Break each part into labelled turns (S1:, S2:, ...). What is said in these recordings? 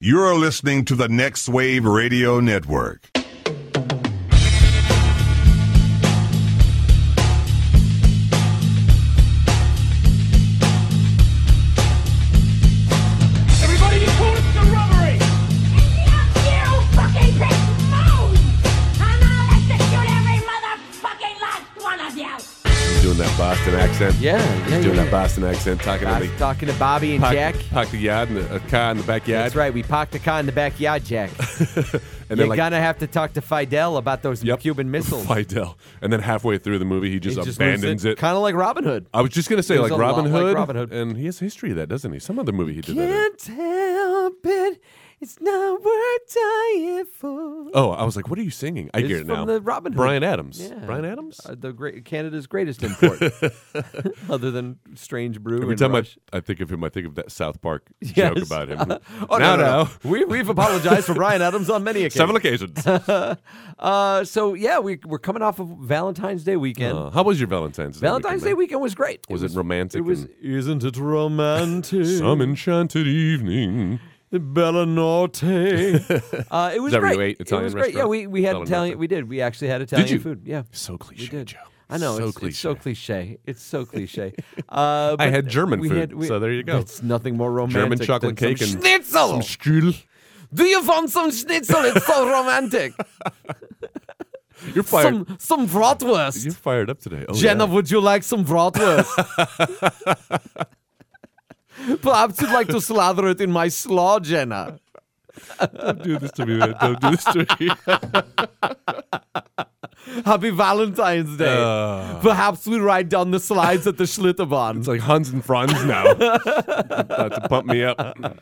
S1: You're listening to the Next Wave Radio Network.
S2: Everybody, you call it the robbery!
S3: Doing that Boston accent.
S4: Yeah, yeah,
S3: He's doing
S4: yeah,
S3: that
S4: yeah.
S3: Boston accent, talking
S4: I
S3: to
S4: was
S3: the
S4: talking to Bobby and
S3: park,
S4: Jack.
S3: park the yard in the, a car in the backyard.
S4: That's right. We parked a car in the backyard, Jack.
S3: And
S4: You're
S3: then like
S4: gonna have to talk to Fidel about those
S3: yep,
S4: Cuban missiles.
S3: Fidel. And then halfway through the movie, he just abandons it.
S4: kind of like Robin Hood.
S3: I was just gonna say
S4: It was
S3: like
S4: a lot
S3: Robin,
S4: like
S3: Hood,
S4: Robin Hood.
S3: and he has history of that, doesn't he? Some other movie he did that. in.
S4: Can't help it. It's not worth dying for.
S3: Oh, I was like, what are you singing? I
S4: It's
S3: get it
S4: from
S3: now.
S4: the Robin Hood.
S3: Brian Adams.
S4: Yeah.
S3: Brian Adams.
S4: Uh, the great Canada's greatest import, other than Strange Brew.
S3: Every
S4: and
S3: time I,
S4: Rush.
S3: I think of him, I think of that South Park joke
S4: Yes.
S3: about him.
S4: Oh
S3: now,
S4: no, no, no. we we've apologized for Brian Adams on many occasions.
S3: Several occasions. Uh,
S4: Uh, so yeah, we we're coming off of Valentine's Day weekend.
S3: how was your Valentine's Day?
S4: Valentine's Day
S3: weekend,
S4: weekend was great.
S3: Was it romantic
S4: It was.
S3: and-
S4: Isn't it
S3: man?
S4: romantic?
S3: Some enchanted evening.
S4: Bella uh, it was
S3: that what
S4: great.
S3: you ate? Italian
S4: it was great. Yeah,
S3: restaurant?
S4: we, we had
S3: Bella
S4: Italian.
S3: Norte.
S4: We did. We actually had Italian
S3: you?
S4: food. Yeah,
S3: So cliche,
S4: we did.
S3: Joe.
S4: I know.
S3: So
S4: it's, it's so
S3: cliche.
S4: cliche. It's so cliche. Uh,
S3: I
S4: but
S3: had German
S4: we
S3: food,
S4: had- we-
S3: so there you go.
S4: It's nothing more romantic.
S3: German
S4: than
S3: chocolate
S4: some
S3: cake and
S4: schnitzel.
S3: some strudel.
S4: Do you want some schnitzel? It's so romantic.
S3: You're fired.
S4: some some bratwurst.
S3: You're fired up today. Oh,
S4: Jenna,
S3: yeah.
S4: would you like some bratwurst? Perhaps you'd like to slather it in my slaw, Jenna.
S3: Don't do this to me, man. Don't do this to me.
S4: Happy Valentine's Day.
S3: Uh.
S4: Perhaps we ride down the slides at the Schlitterbahn.
S3: it's like Hans and Franz now. About to pump me up. I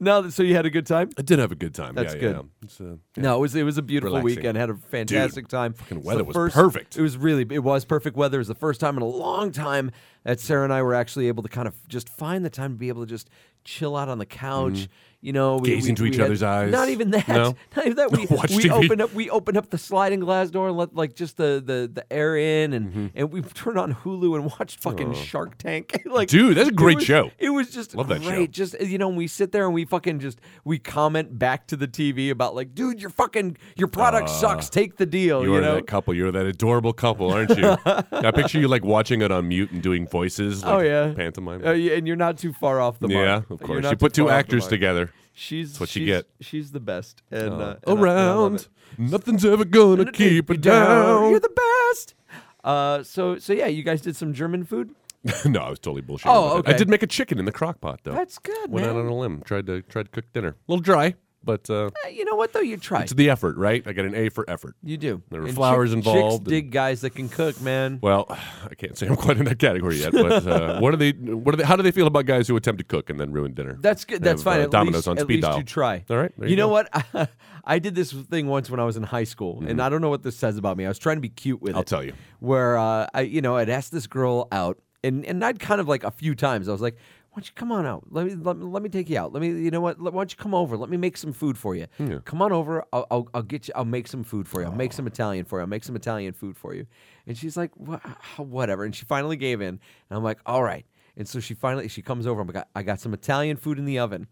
S4: No, so you had a good time?
S3: did have a good time.
S4: That's
S3: yeah,
S4: good.
S3: Yeah. It's, uh, yeah.
S4: No, it was it was a beautiful
S3: Relaxing.
S4: weekend. Had a fantastic time.
S3: fucking
S4: It's
S3: weather
S4: the
S3: was perfect.
S4: It was really it was perfect weather. It was the first time in a long time that Sarah and I were actually able to kind of just find the time to be able to just chill out on the couch. You know, we,
S3: Gaze
S4: we-
S3: Mm-hmm. into
S4: we
S3: each
S4: had-
S3: other's eyes.
S4: Not even that.
S3: No?
S4: Not even that. We,
S3: Watch
S4: we
S3: TV.
S4: opened up we opened up the sliding glass door and let like just the the, the air in and
S3: Mm-hmm.
S4: and we turned on Hulu and watched fucking Shark Tank. like
S3: Dude, that's a
S4: it
S3: great
S4: was-
S3: show.
S4: It was just
S3: Love that show.
S4: great. Just eh, you know, we sit there and we fucking just we comment back to the TV about like, dude, your fucking your product sucks. Take the deal.
S3: Uh, You
S4: You,
S3: are
S4: know.
S3: that couple. You're that adorable couple, aren't you? I picture you like watching it on mute and doing voices. Like
S4: Oh yeah,
S3: pantomime.
S4: Uh, yeah, and you're not too far off the
S3: yeah,
S4: mark.
S3: of
S4: You're
S3: course.
S4: not
S3: You put
S4: too
S3: two
S4: far off the
S3: actors
S4: mark.
S3: together.
S4: She's
S3: That's what you
S4: she's-
S3: get.
S4: She's the best. And, uh, and I- and I love
S3: Around,
S4: it.
S3: nothing's ever gonna keep it
S4: You're
S3: down.
S4: the best. Uh, so so yeah, you guys did some German food.
S3: no, I was totally bullshitting.
S4: Oh,
S3: about that. I
S4: okay.
S3: did make a chicken in the crock pot though.
S4: That's good,
S3: Went out
S4: man.
S3: on a limb. Tried to tried to cook dinner. A little dry, but uh,
S4: Uh, you know what though? You tried.
S3: it's the effort, right? I got an A for effort.
S4: you do.
S3: There were
S4: And
S3: flowers
S4: chick-
S3: involved and-
S4: Chicks dig guys that can cook, man.
S3: Well, I can't say I'm quite in that category yet. But uh, what are they? What are they? How do they feel about guys who attempt to cook and then ruin dinner?
S4: That's good.
S3: They
S4: That's
S3: have,
S4: fine.
S3: uh,
S4: at
S3: Domino's
S4: least,
S3: on
S4: at
S3: speed
S4: least
S3: dial.
S4: you try.
S3: All right, there you
S4: You, know
S3: go. Mm-hmm.
S4: what? I did this thing once when I was in high school, and I don't know what this says about me. I was trying to be cute with it.
S3: I'll tell you.
S4: Where uh, I, you know, I'd asked this girl out, and and I'd kind of like a few times. I was like. Why don't you come on out? Let me, let me let me take you out. Let me you know what? Let- Why don't you come over? Let me make some food for you. Come on over. I'll, I'll I'll get you. I'll make some food for you. I'll make some Italian for you. I'll make some Italian food for you. And she's like, "Wha- whatever. And she finally gave in. And I'm like, all right. And so she finally she comes over. I'm like, I got some Italian food in the oven.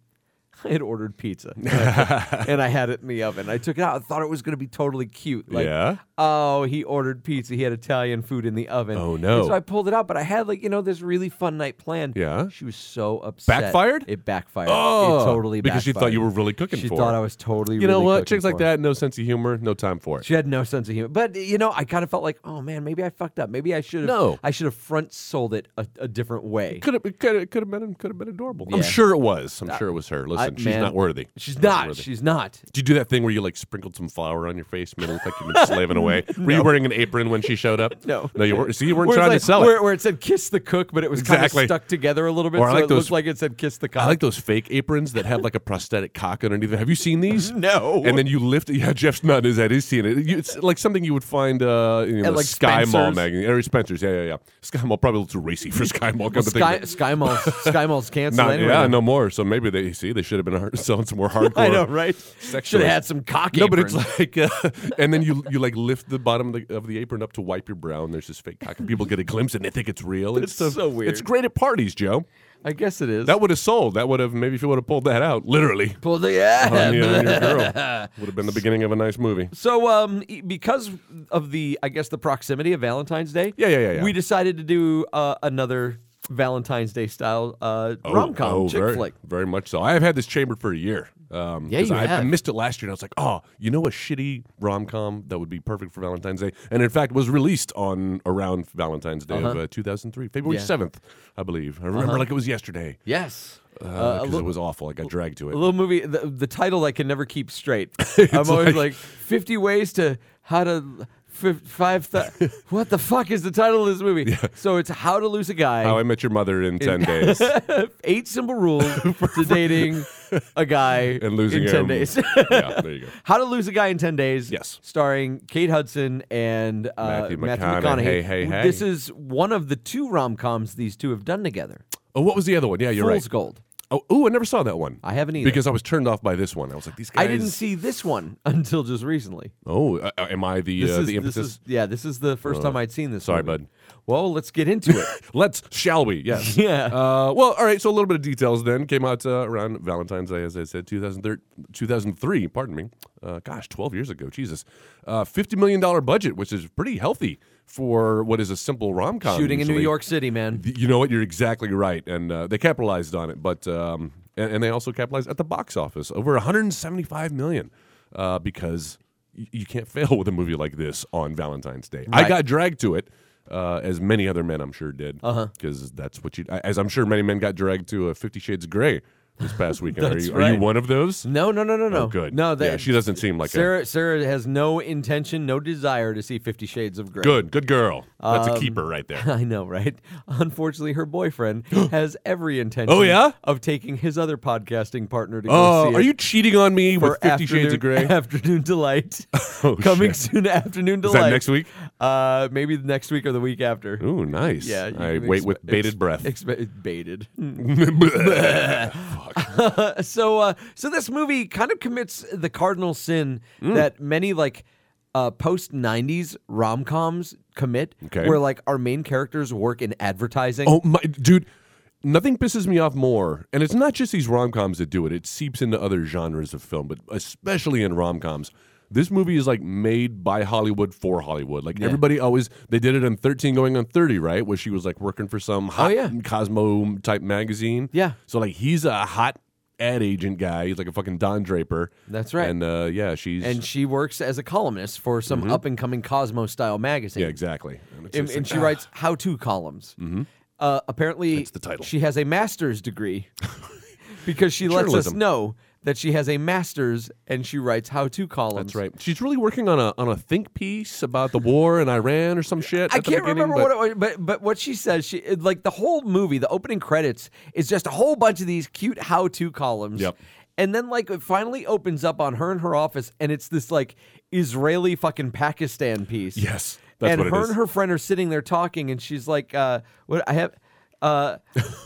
S4: I had ordered pizza and I- and I had it in the oven. I took it out. I thought it was going to be totally cute. Like,
S3: Yeah?
S4: oh, he ordered pizza. He had Italian food in the oven.
S3: Oh, no.
S4: And so I pulled it out, but I had, like, you know, this really fun night planned.
S3: Yeah?
S4: She was so upset.
S3: Backfired?
S4: It backfired.
S3: Oh,
S4: it totally
S3: because she thought you
S4: backfired.
S3: were really cooking
S4: She
S3: for
S4: thought
S3: her.
S4: I was totally
S3: you know
S4: really
S3: what?
S4: cooking
S3: Chicks like
S4: for her.
S3: that, no sense of humor, no time for it.
S4: She had no sense of humor. But you know, I kind of felt like, oh man, maybe I fucked up. Maybe I should have.
S3: No.
S4: I should have front sold it a, a different way.
S3: Could have, could have, could have been, could have been adorable. I'm
S4: Yeah.
S3: sure it was. I'm sure it was her. Listen,
S4: I-
S3: she's
S4: man,
S3: not worthy.
S4: She's not.
S3: worthy.
S4: She's not.
S3: Did you do that thing where you like sprinkled some flour on your face, made it look like you've been slaving away? Were you wearing an apron when she showed up?
S4: No.
S3: no, you weren't. See, you weren't
S4: Where it's
S3: trying
S4: like-
S3: to sell
S4: where,
S3: it.
S4: Where it said "kiss the cook," but it was
S3: Exactly.
S4: kind of stuck together a little bit,
S3: Or I
S4: so
S3: like
S4: it
S3: those-
S4: looked like it said "kiss the cock."
S3: I like those fake aprons that have like a prosthetic cock underneath. it. Have you seen these?
S4: No.
S3: And then you lift. Yeah, Jeff's not is that he's seen it. You- It's like something you would find uh, you know,
S4: At,
S3: the
S4: like,
S3: Sky Mall
S4: Spencer's.
S3: magazine. Or Spencer's. Yeah, yeah, yeah. Sky Mall probably looks racy for Sky Mall. come to think of
S4: Sky
S3: it.
S4: Sky Mall's Sky Mall's canceled
S3: Not,
S4: anyway.
S3: yeah, no more. So maybe they see they should have been hard, selling some more hardcore.
S4: I know, right?
S3: sex
S4: Should have
S3: toys.
S4: had some cock.
S3: No, but
S4: aprons.
S3: it's like, uh, and then you you like lift the bottom of the, of the apron up to wipe your brow, and there's this fake cock, and people get a glimpse, and they think it's real.
S4: That's
S3: it's
S4: so weird.
S3: It's great at parties, Joe.
S4: I guess it is.
S3: That would have sold. That would have maybe if you would have pulled that out, literally.
S4: Pull the- yeah.
S3: on your, on your girl. Would have been the beginning of a nice movie.
S4: So, um, e- because of the, I guess, the proximity of Valentine's Day,
S3: Yeah, yeah, yeah, yeah.
S4: we decided to do uh, another Valentine's Day style uh, rom com
S3: oh,
S4: chick
S3: very,
S4: flick.
S3: Very much so. I have had this chambered for a year. Um,
S4: Yeah,
S3: 'cause
S4: you
S3: I, I
S4: have.
S3: missed it last year, and I was like, oh, you know, a shitty rom com that would be perfect for Valentine's Day, and in fact was released on around Valentine's Day of uh, 2003, February
S4: Uh-huh. Yeah.
S3: 7th, I believe. I remember like it was yesterday
S4: Yes, uh,
S3: because
S4: a,
S3: it
S4: little,
S3: was awful. I got dragged to
S4: a
S3: it.
S4: little movie. The, the title I can never keep straight. I'm always
S3: like-
S4: like fifty ways to how to. fif- Five. Th- what the fuck is the title of this movie? So it's How to Lose a Guy.
S3: How I Met Your Mother in 10 days.
S4: eight simple rules to dating a guy
S3: And losing
S4: in ten
S3: him.
S4: days.
S3: yeah, there you go.
S4: How to Lose a Guy in 10 Days.
S3: Yes.
S4: Starring Kate Hudson and uh,
S3: Matthew
S4: Matthew,
S3: McConaughey.
S4: McConaughey.
S3: Hey, hey, hey.
S4: This is one of the two rom coms these two have done together.
S3: Oh, what was the other one? Yeah, you're
S4: Fool's
S3: right.
S4: Gold.
S3: Oh, ooh, I never saw that one.
S4: I haven't either.
S3: Because I was turned off by this one. I was like, these guys.
S4: I didn't see this one until just recently.
S3: Oh, uh, uh, am I the
S4: This
S3: uh,
S4: is,
S3: the
S4: this
S3: impetus?
S4: is- yeah, this is the first time I'd seen this.
S3: sorry,
S4: movie.
S3: bud.
S4: Well, let's get into it.
S3: Let's, shall we? Yes.
S4: Yeah.
S3: Uh, well, all right. So a little bit of details then came out uh, around Valentine's Day, as I said, 2003. 2003 pardon me. Uh, gosh, 12 years ago. Jesus. Uh, $50 million budget, which is pretty healthy for what is a simple rom com.
S4: Shooting in New York City, man.
S3: You know what? You're exactly right. And uh, they capitalized on it, but um, and, and they also capitalized at the box office over 175 million uh, because y- you can't fail with a movie like this on Valentine's Day. I
S4: Right.
S3: got dragged to it. Uh, as many other men, I'm sure did,
S4: Uh-huh.
S3: because that's what you. As I'm sure many men got dragged to a Fifty Shades of Grey this past weekend. are,
S4: That's
S3: you, are you
S4: right.
S3: one of those?
S4: No, no, no, no, no.
S3: Oh, good.
S4: No, that,
S3: yeah, she doesn't seem like a
S4: Sarah, Sarah has no intention, no desire to see Fifty Shades of Grey.
S3: good, good girl. That's
S4: Um,
S3: a keeper right there.
S4: I know, right? Unfortunately, her boyfriend has every intention.
S3: Oh, yeah?
S4: of taking his other podcasting partner to go
S3: Oh,
S4: see
S3: are
S4: it
S3: you cheating on me
S4: for
S3: with Fifty Shades of Grey?
S4: afternoon- Afternoon delight.
S3: Oh,
S4: Coming
S3: shit.
S4: soon, to afternoon
S3: Is
S4: delight.
S3: that next week?
S4: Uh, maybe the next week or the week after.
S3: Ooh, nice.
S4: Yeah, you
S3: I
S4: can
S3: wait
S4: expe-
S3: with bated
S4: ex-
S3: breath.
S4: expe- baited.
S3: Fuck.
S4: so, uh, so this movie kind of commits the cardinal sin
S3: Mm.
S4: that many like uh, post '90s rom coms commit,
S3: Okay.
S4: where like our main characters work in advertising.
S3: Oh my dude, nothing pisses me off more. And it's not just these rom-coms that do it. It seeps into other genres of film, but especially in rom-coms. This movie is like made by Hollywood for Hollywood. Like everybody always they did it in 13 going on 30, right? Where she was like working for some hot
S4: Oh, yeah.
S3: Cosmo type magazine.
S4: Yeah.
S3: So like he's a hot ad agent guy. He's like a fucking Don Draper.
S4: That's right.
S3: And uh, yeah, she's
S4: and she works as a columnist for some up and coming Cosmo style magazine.
S3: Mm-hmm. yeah, exactly. And, it's
S4: and,
S3: just
S4: and
S3: like,
S4: she
S3: ah.
S4: writes how to columns. Uh, apparently,
S3: That's the title.
S4: She has a master's degree because she lets us
S3: Journalism.
S4: know that she has a master's and she writes how to
S3: That's
S4: columns.
S3: right. She's really working on a on a think piece about the war in Iran or some shit.
S4: I
S3: at the
S4: can't
S3: beginning,
S4: remember
S3: but-
S4: what it was, but but what she says, she it- like the whole movie, the opening credits is just a whole bunch of these cute how to columns.
S3: Yep.
S4: And then like it finally opens up on her in her office, and it's this like Israeli fucking Pakistan piece.
S3: Yes, that's
S4: and
S3: what it
S4: her
S3: is.
S4: and her friend are sitting there talking, and she's like, uh, "What I have." Uh,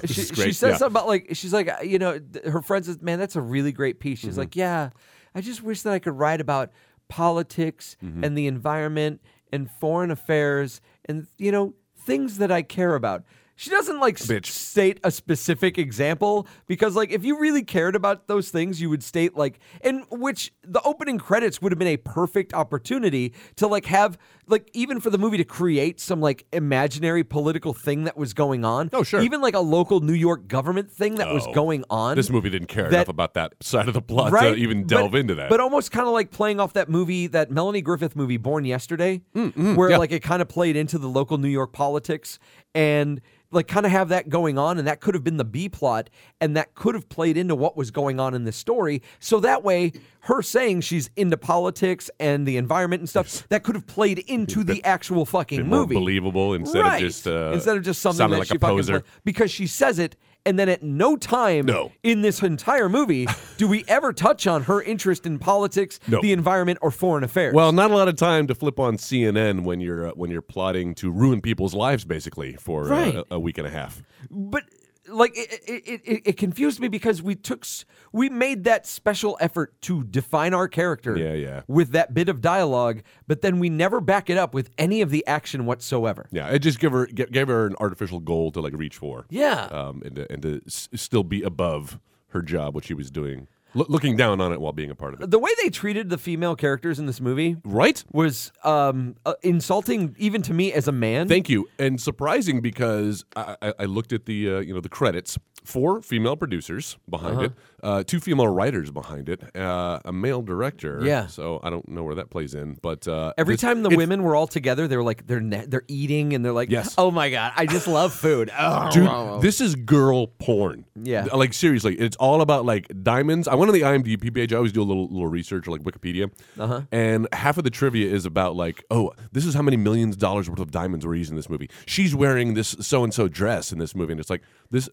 S4: she,
S3: is
S4: she
S3: great,
S4: says
S3: yeah.
S4: something about like she's like uh, you know th- her friend says man that's a really great piece she's like yeah I just wish that I could write about politics and the environment and foreign affairs and you know things that I care about she doesn't like s-
S3: Bitch.
S4: state a specific example because like if you really cared about those things you would state like and which the opening credits would have been a perfect opportunity to like have like even for the movie to create some like imaginary political thing that was going on
S3: Oh, sure.
S4: even like a local new york government thing that was
S3: Oh.
S4: going on
S3: This movie didn't care
S4: that-
S3: enough about that side of the plot
S4: right
S3: to even
S4: But-
S3: delve into that.
S4: but almost kind of like playing off that movie that melanie griffith movie born yesterday where
S3: Mm, yeah.
S4: like it kind of played into the local new york politics and like kind of have that going on and that could have been the b plot and that could have played into what was going on in this story so that way her saying she's into politics and the environment and stuff that could have played into the actual fucking
S3: Bit more
S4: movie
S3: believable instead of
S4: Right.
S3: just uh,
S4: instead of just something
S3: sounding
S4: that
S3: like
S4: she
S3: a
S4: fucking
S3: poser.
S4: pla- because she says it and then at no time
S3: No.
S4: in this entire movie do we ever touch on her interest in politics,
S3: No.
S4: the environment, or foreign affairs.
S3: Well, not a lot of time to flip on CNN when you're uh, when you're plotting to ruin people's lives, basically for uh,
S4: Right.
S3: a, a week and a half.
S4: but like it, it, it- it, it confused me because we took s- we made that special effort to define our character
S3: Yeah, yeah.
S4: with that bit of dialogue but then we never back it up with any of the action whatsoever
S3: Yeah, it just gave her g- gave her an artificial goal to like reach for.
S4: Yeah.
S3: um, and to, and to s- still be above her job, what she was doing, Loo- looking down on it while being a part of it.
S4: the way they treated the female characters in this movie
S3: Right?
S4: was um, uh, insulting even to me as a man
S3: Thank you, and surprising because I, I, I looked at the uh, you know the credits. Four female producers behind
S4: Uh-huh.
S3: it, uh, two female writers behind it, uh, a male director.
S4: Yeah.
S3: So I don't know where that plays in, but uh,
S4: Every
S3: this-
S4: time the
S3: it's-
S4: women were all together, they were like they're ne- they're eating and they're like,
S3: Yes.
S4: "Oh my god, I just love food." Oh,
S3: Dude,
S4: wow, wow.
S3: this is girl porn.
S4: Yeah.
S3: Like seriously, it's all about like diamonds. I went on the IMDb page. I always do a little little research or like Wikipedia. Uh-huh. And half of the trivia is about like, oh, this is how many millions of dollars worth of diamonds were used in this movie. She's wearing this so and so dress in this movie, and it's like this.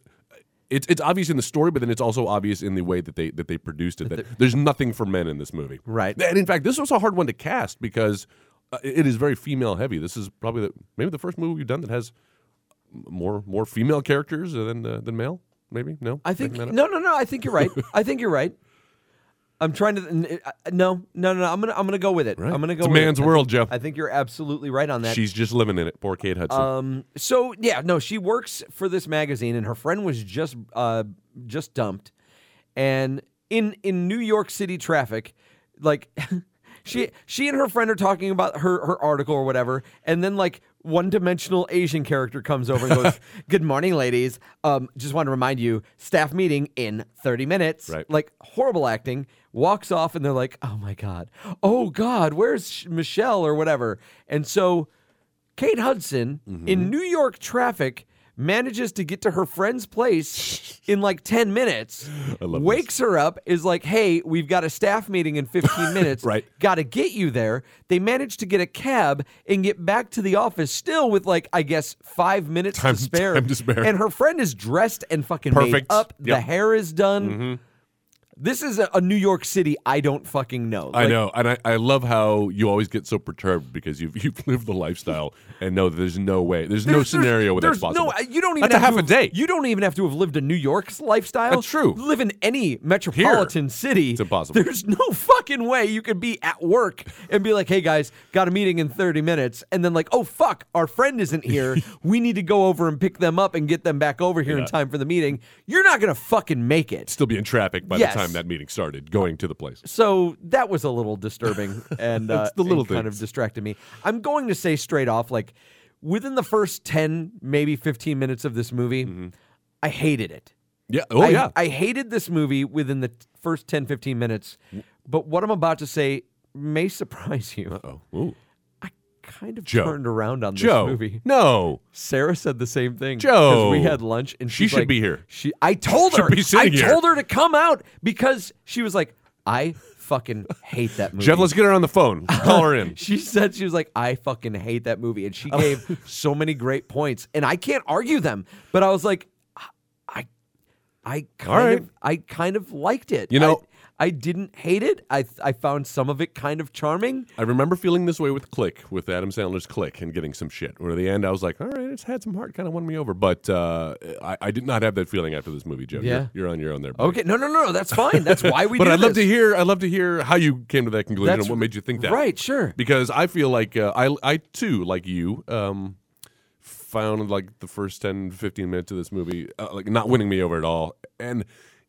S3: It's it's obvious in the story, but then it's also obvious in the way that they that they produced it. That there's nothing for men in this movie,
S4: Right.
S3: And in fact, this was a hard one to cast because uh, it is very female heavy. This is probably the, maybe the first movie we've done that has more more female characters than uh, than male. Maybe no.
S4: I think
S3: Making that up?
S4: no, no, no. I think you're right. I think you're right. I'm trying to n- uh, no, no, no. no, I'm gonna I'm gonna go with it.
S3: Right.
S4: I'm gonna go.
S3: It's a
S4: with it.
S3: man's
S4: I
S3: world, Jeff.
S4: think- I think you're absolutely right on that.
S3: she's just living in it. Poor Kate Hudson.
S4: Um, so yeah, no, she works for this magazine, and her friend was just uh, just dumped, and in in New York City traffic, like she she and her friend are talking about her her article or whatever, and then like one dimensional Asian character comes over and goes, "Good morning, ladies. Um, just want to remind you, staff meeting in thirty minutes."
S3: Right.
S4: Like horrible acting. Walks off, and they're like, "Oh my god, oh god, where's Sh- Michelle or whatever?" And so. Kate Hudson in
S3: Mm-hmm.
S4: New York traffic manages to get to her friend's place in like 10 minutes.
S3: I love
S4: wakes her up, is like, hey, we've got a staff meeting in 15 minutes.
S3: Right.
S4: Got to get you there. They manage to get a cab and get back to the office still with like, I guess, five minutes
S3: Time-
S4: to spare.
S3: time to spare.
S4: And her friend is dressed and fucking made
S3: Perfect.
S4: up. The
S3: Yep. Mm-hmm.
S4: hair is done. This is a, a New York City I don't fucking know.
S3: I
S4: Like,
S3: know, and I, I love how you always get so perturbed because you've you've lived the lifestyle and know that there's no way, there's, no scenario where that's
S4: there's
S3: possible.
S4: No, uh, you don't even
S3: That's a
S4: have
S3: half
S4: to
S3: a day.
S4: Have, you don't even have to have lived a New York's lifestyle.
S3: That's true.
S4: Live in any metropolitan city.
S3: it's impossible.
S4: There's no fucking way you could be at work and be like, "Hey guys, got a meeting in 30 minutes," and then like, "Oh fuck, our friend isn't here. we need to go over and pick them up and get them back over here in time for the meeting." You're not gonna fucking make it.
S3: Still be in traffic by
S4: Yes.
S3: the time that meeting started, going to the place.
S4: So that was a little disturbing and uh,
S3: It's the little
S4: it kind of
S3: things.
S4: distracted me. I'm going to say straight off, like within the first 10, maybe 15 minutes of this movie, I hated it.
S3: Yeah. Mm-hmm. Oh
S4: I,
S3: yeah.
S4: I hated this movie within the t- first 10, 15 minutes. But what I'm about to say may surprise you.
S3: oh. Ooh.
S4: I kind of
S3: Joe.
S4: turned around on
S3: Joe.
S4: this movie.
S3: No.
S4: Sarah said the same thing. 'cause
S3: Joe.
S4: we had lunch, and
S3: She
S4: she's
S3: should
S4: like-
S3: be here.
S4: She, I told her.
S3: Should be
S4: I
S3: sitting here.
S4: told her to come out because she was like, I fucking hate that movie.
S3: Jeff, let's get her on the phone. Call her in.
S4: she said she was like, I fucking hate that movie, and she
S3: Oh.
S4: gave so many great points, and I can't argue them. But I was like, I, I kind
S3: right.
S4: of, I kind of liked it.
S3: You know-
S4: I, I didn't hate it. I, I found some of it kind of charming.
S3: I remember feeling this way with Click, with Adam Sandler's Click, and getting some shit. Where at the end, I was like, all right, it's had some heart, kind of won me over. But uh, I, I did not have that feeling after this movie, Joe. You're-
S4: Yeah.
S3: You're, on your own there. buddy.
S4: Okay, no, no, no, that's fine. That's why we.
S3: But
S4: do
S3: I'd love
S4: this.
S3: to hear. I'd love to hear how you came to that conclusion
S4: That's
S3: and what made you think that.
S4: right, sure.
S3: Because I feel like uh, I, I too, like you, um, found like the first 10, 15 minutes of this movie uh, like not winning me over at all, and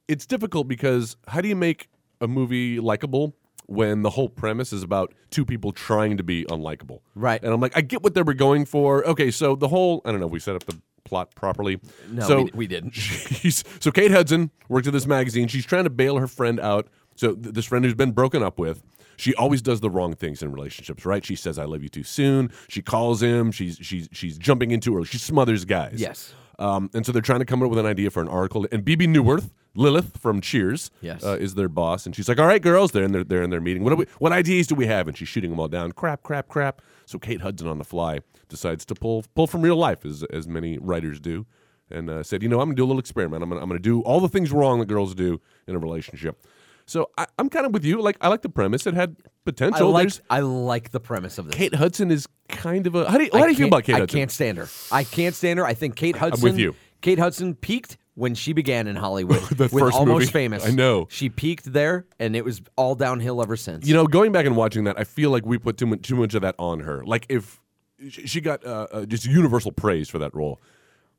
S3: it's difficult because how do you make a movie likable when the whole premise is about two people trying to be unlikable?
S4: Right.
S3: And I'm like, I get what they were going for. Okay, so the whole I don't know. We set up the plot properly.
S4: No,
S3: so
S4: we- we didn't.
S3: She's, so Kate Hudson worked at this magazine. She's trying to bail her friend out. So th- this friend who's been broken up with, she always does the wrong things in relationships, right? She says "I love you" too soon. She calls him. She's she's she's jumping into her. She smothers guys.
S4: Yes.
S3: Um, and so they're trying to come up with an idea for an article. And BB Newworth, Lilith from Cheers,
S4: Yes.
S3: uh, is their boss, and she's like, "All right, girls, they're in their they're in their meeting. What do we, what ideas do we have?" And she's shooting them all down. Crap, crap, crap. So Kate Hudson on the fly decides to pull pull from real life, as as many writers do, and uh, said, "You know, I'm gonna do a little experiment. I'm gonna I'm gonna do all the things wrong that girls do in a relationship." So I, I'm kind of with you. Like I like the premise. It had
S4: I
S3: potential.
S4: like,
S3: There's-
S4: I like the premise of this.
S3: Kate Hudson is kind of a how do you,
S4: I
S3: how do you feel
S4: can't-
S3: about Kate
S4: I
S3: Hudson?
S4: can't stand her. I can't stand her. I think Kate Hudson.
S3: with you.
S4: Kate Hudson peaked when she began in Hollywood
S3: The
S4: with
S3: first
S4: Almost
S3: movie.
S4: Famous.
S3: I know.
S4: She peaked there, and it was all downhill ever since.
S3: You know, going back and watching that, I feel like we put too much too much of that on her. Like if sh- she got uh, uh, just universal praise for that role,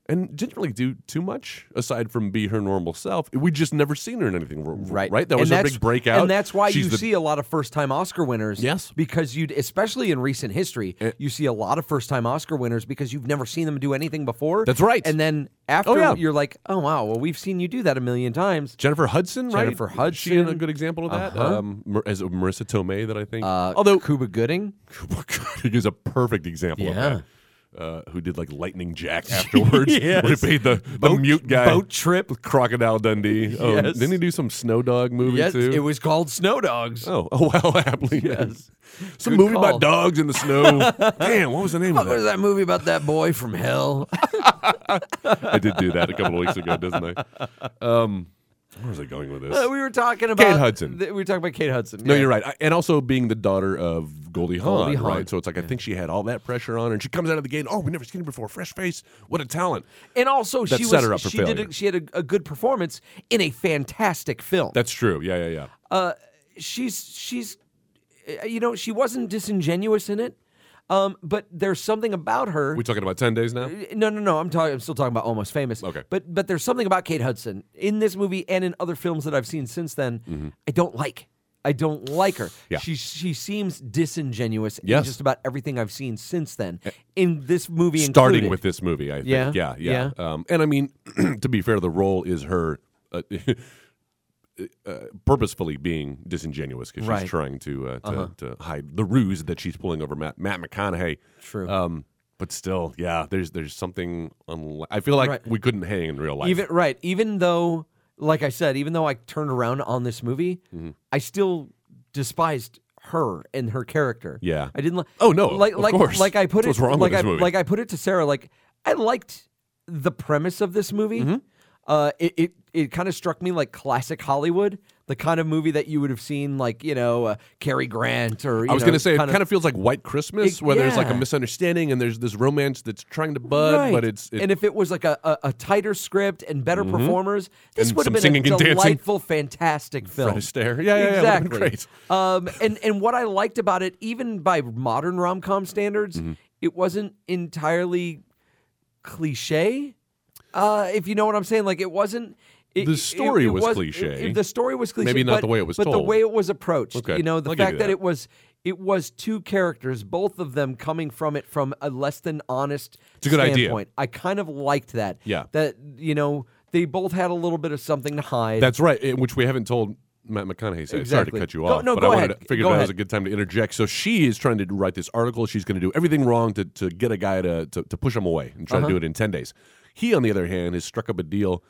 S3: and didn't really do too much aside from be her normal self. We just never seen her in anything. r- r-
S4: Right,
S3: right. That was
S4: and
S3: her
S4: that's-
S3: big breakout,
S4: and that's why
S3: She's
S4: you
S3: the-
S4: see a lot of first-time Oscar winners.
S3: Yes. Eh.
S4: because you, would especially in recent history, you see a lot of first-time Oscar winners because you've never seen them do anything before.
S3: That's right.
S4: And then after,
S3: Oh, yeah.
S4: you're like, oh wow, well we've seen you do that a million times.
S3: Jennifer Hudson, right?
S4: Jennifer
S3: She a
S4: Hudson.
S3: good example of that.
S4: Uh-huh.
S3: Um, Mar- as Marissa Tomei, that I think. Oh
S4: Uh,
S3: Although
S4: Cuba Gooding,
S3: Kubrick is a perfect example
S4: Yeah.
S3: of that. Uh, who did like Lightning Jack afterwards? Where he played the, the mute guy.
S4: boat trip.
S3: Crocodile Dundee. Oh,
S4: Yes.
S3: Didn't he do some Snow Dog movie too?
S4: it was called Snow Dogs.
S3: Oh, oh wow, aptly named. Some
S4: Good
S3: movie
S4: call.
S3: about dogs in the snow. Damn, what was the name
S4: What
S3: of
S4: was
S3: that?
S4: that movie about that boy from hell?
S3: I did do that a couple of weeks ago, didn't I? Um, where was I going with this?
S4: Uh, we were talking about
S3: Hudson.
S4: th- we were talking about Kate Hudson.
S3: No,
S4: yeah.
S3: you're right. I, and also being the daughter of Goldie Hawn,
S4: Goldie Hawn.
S3: right? So it's like I think she had all that pressure on her, and she comes out of the gate. and, Oh, we never seen her before. Fresh face. What a talent.
S4: And also,
S3: That
S4: she
S3: set
S4: was,
S3: her up for
S4: she did
S3: failure.
S4: a, she had a, a good performance in a fantastic film.
S3: That's true. Yeah, yeah, yeah.
S4: uh, she's she's uh, you know she wasn't disingenuous in it, um, but there's something about her.
S3: we talking about ten days now.
S4: no, no, no. I'm talking. I'm still talking about Almost Famous.
S3: Okay.
S4: But but there's something about Kate Hudson in this movie and in other films that I've seen since then. I don't like. I don't like her.
S3: Mm-hmm. Yeah.
S4: She she seems disingenuous in
S3: Yes. Eh.
S4: just about everything I've seen since then. In this movie,
S3: Starting
S4: included.
S3: with this movie, I think.
S4: Yeah,
S3: Yeah, yeah. Um, and I mean, to be fair, the role is her. Uh, Uh, purposefully being disingenuous because
S4: Right. Uh-huh.
S3: she's trying to uh, to, to hide the ruse that she's pulling over Matt, Matt McConaughey.
S4: True.
S3: um, but still, yeah, there's there's something. Unli- I feel like
S4: Right.
S3: we couldn't hang in real life.
S4: Even right, even though, like I said, even though I turned around on this movie,
S3: Mm-hmm.
S4: I still despised her and her character.
S3: Yeah.
S4: I didn't. Li-
S3: Oh, no,
S4: Like
S3: of
S4: like
S3: course.
S4: like I put
S3: That's what's
S4: it.
S3: wrong with
S4: like
S3: this
S4: I
S3: movie.
S4: like I put it to Sarah. Like I liked the premise of this movie.
S3: Mm-hmm.
S4: Uh, it it, it kind of struck me like classic Hollywood. The kind of movie that you would have seen, like you know, uh, Cary Grant, or you
S3: I was
S4: know,
S3: going to say it
S4: kind of-
S3: kind of feels like White Christmas,
S4: It-
S3: where there's like a
S4: yeah.
S3: misunderstanding and there's this romance that's trying to bud,
S4: Right.
S3: but it's it, Mm-hmm.
S4: and if it was like a, a, a tighter script and better performers, this
S3: And
S4: would have
S3: some
S4: been a
S3: singing and dancing.
S4: delightful, fantastic film.
S3: Astaire. Yeah, yeah, yeah, would've been
S4: exactly.
S3: great.
S4: Um, and and what I liked about it, even by modern rom com standards,
S3: Mm-hmm.
S4: it wasn't entirely cliche. Uh, if you know what I'm saying, like it wasn't. It,
S3: The
S4: it-
S3: story
S4: it
S3: was
S4: was
S3: cliché.
S4: it- the story was cliche.
S3: Maybe not
S4: but-
S3: the way it was
S4: but the
S3: told.
S4: way it was approached.
S3: Okay,
S4: You know, the
S3: I'll give
S4: fact
S3: you
S4: that
S3: that.
S4: it was it was two characters, both of them coming from it from a less than honest
S3: a good idea.
S4: standpoint. I kind of liked that.
S3: Yeah.
S4: That you know, they both had a little bit of something to hide.
S3: That's right, eh, which we haven't told Matt McConaughey. So Sorry to
S4: Exactly.
S3: cut you
S4: Go-
S3: off.
S4: no,
S3: but
S4: go
S3: I wanted
S4: ahead.
S3: to figure
S4: Go
S3: that
S4: ahead.
S3: was a good time to interject. So she is trying to write this article. She's going to do everything wrong to, to get a guy to, to, to push him away and try
S4: Uh-huh.
S3: to do it in 10 days. He, on the other hand, has struck up a deal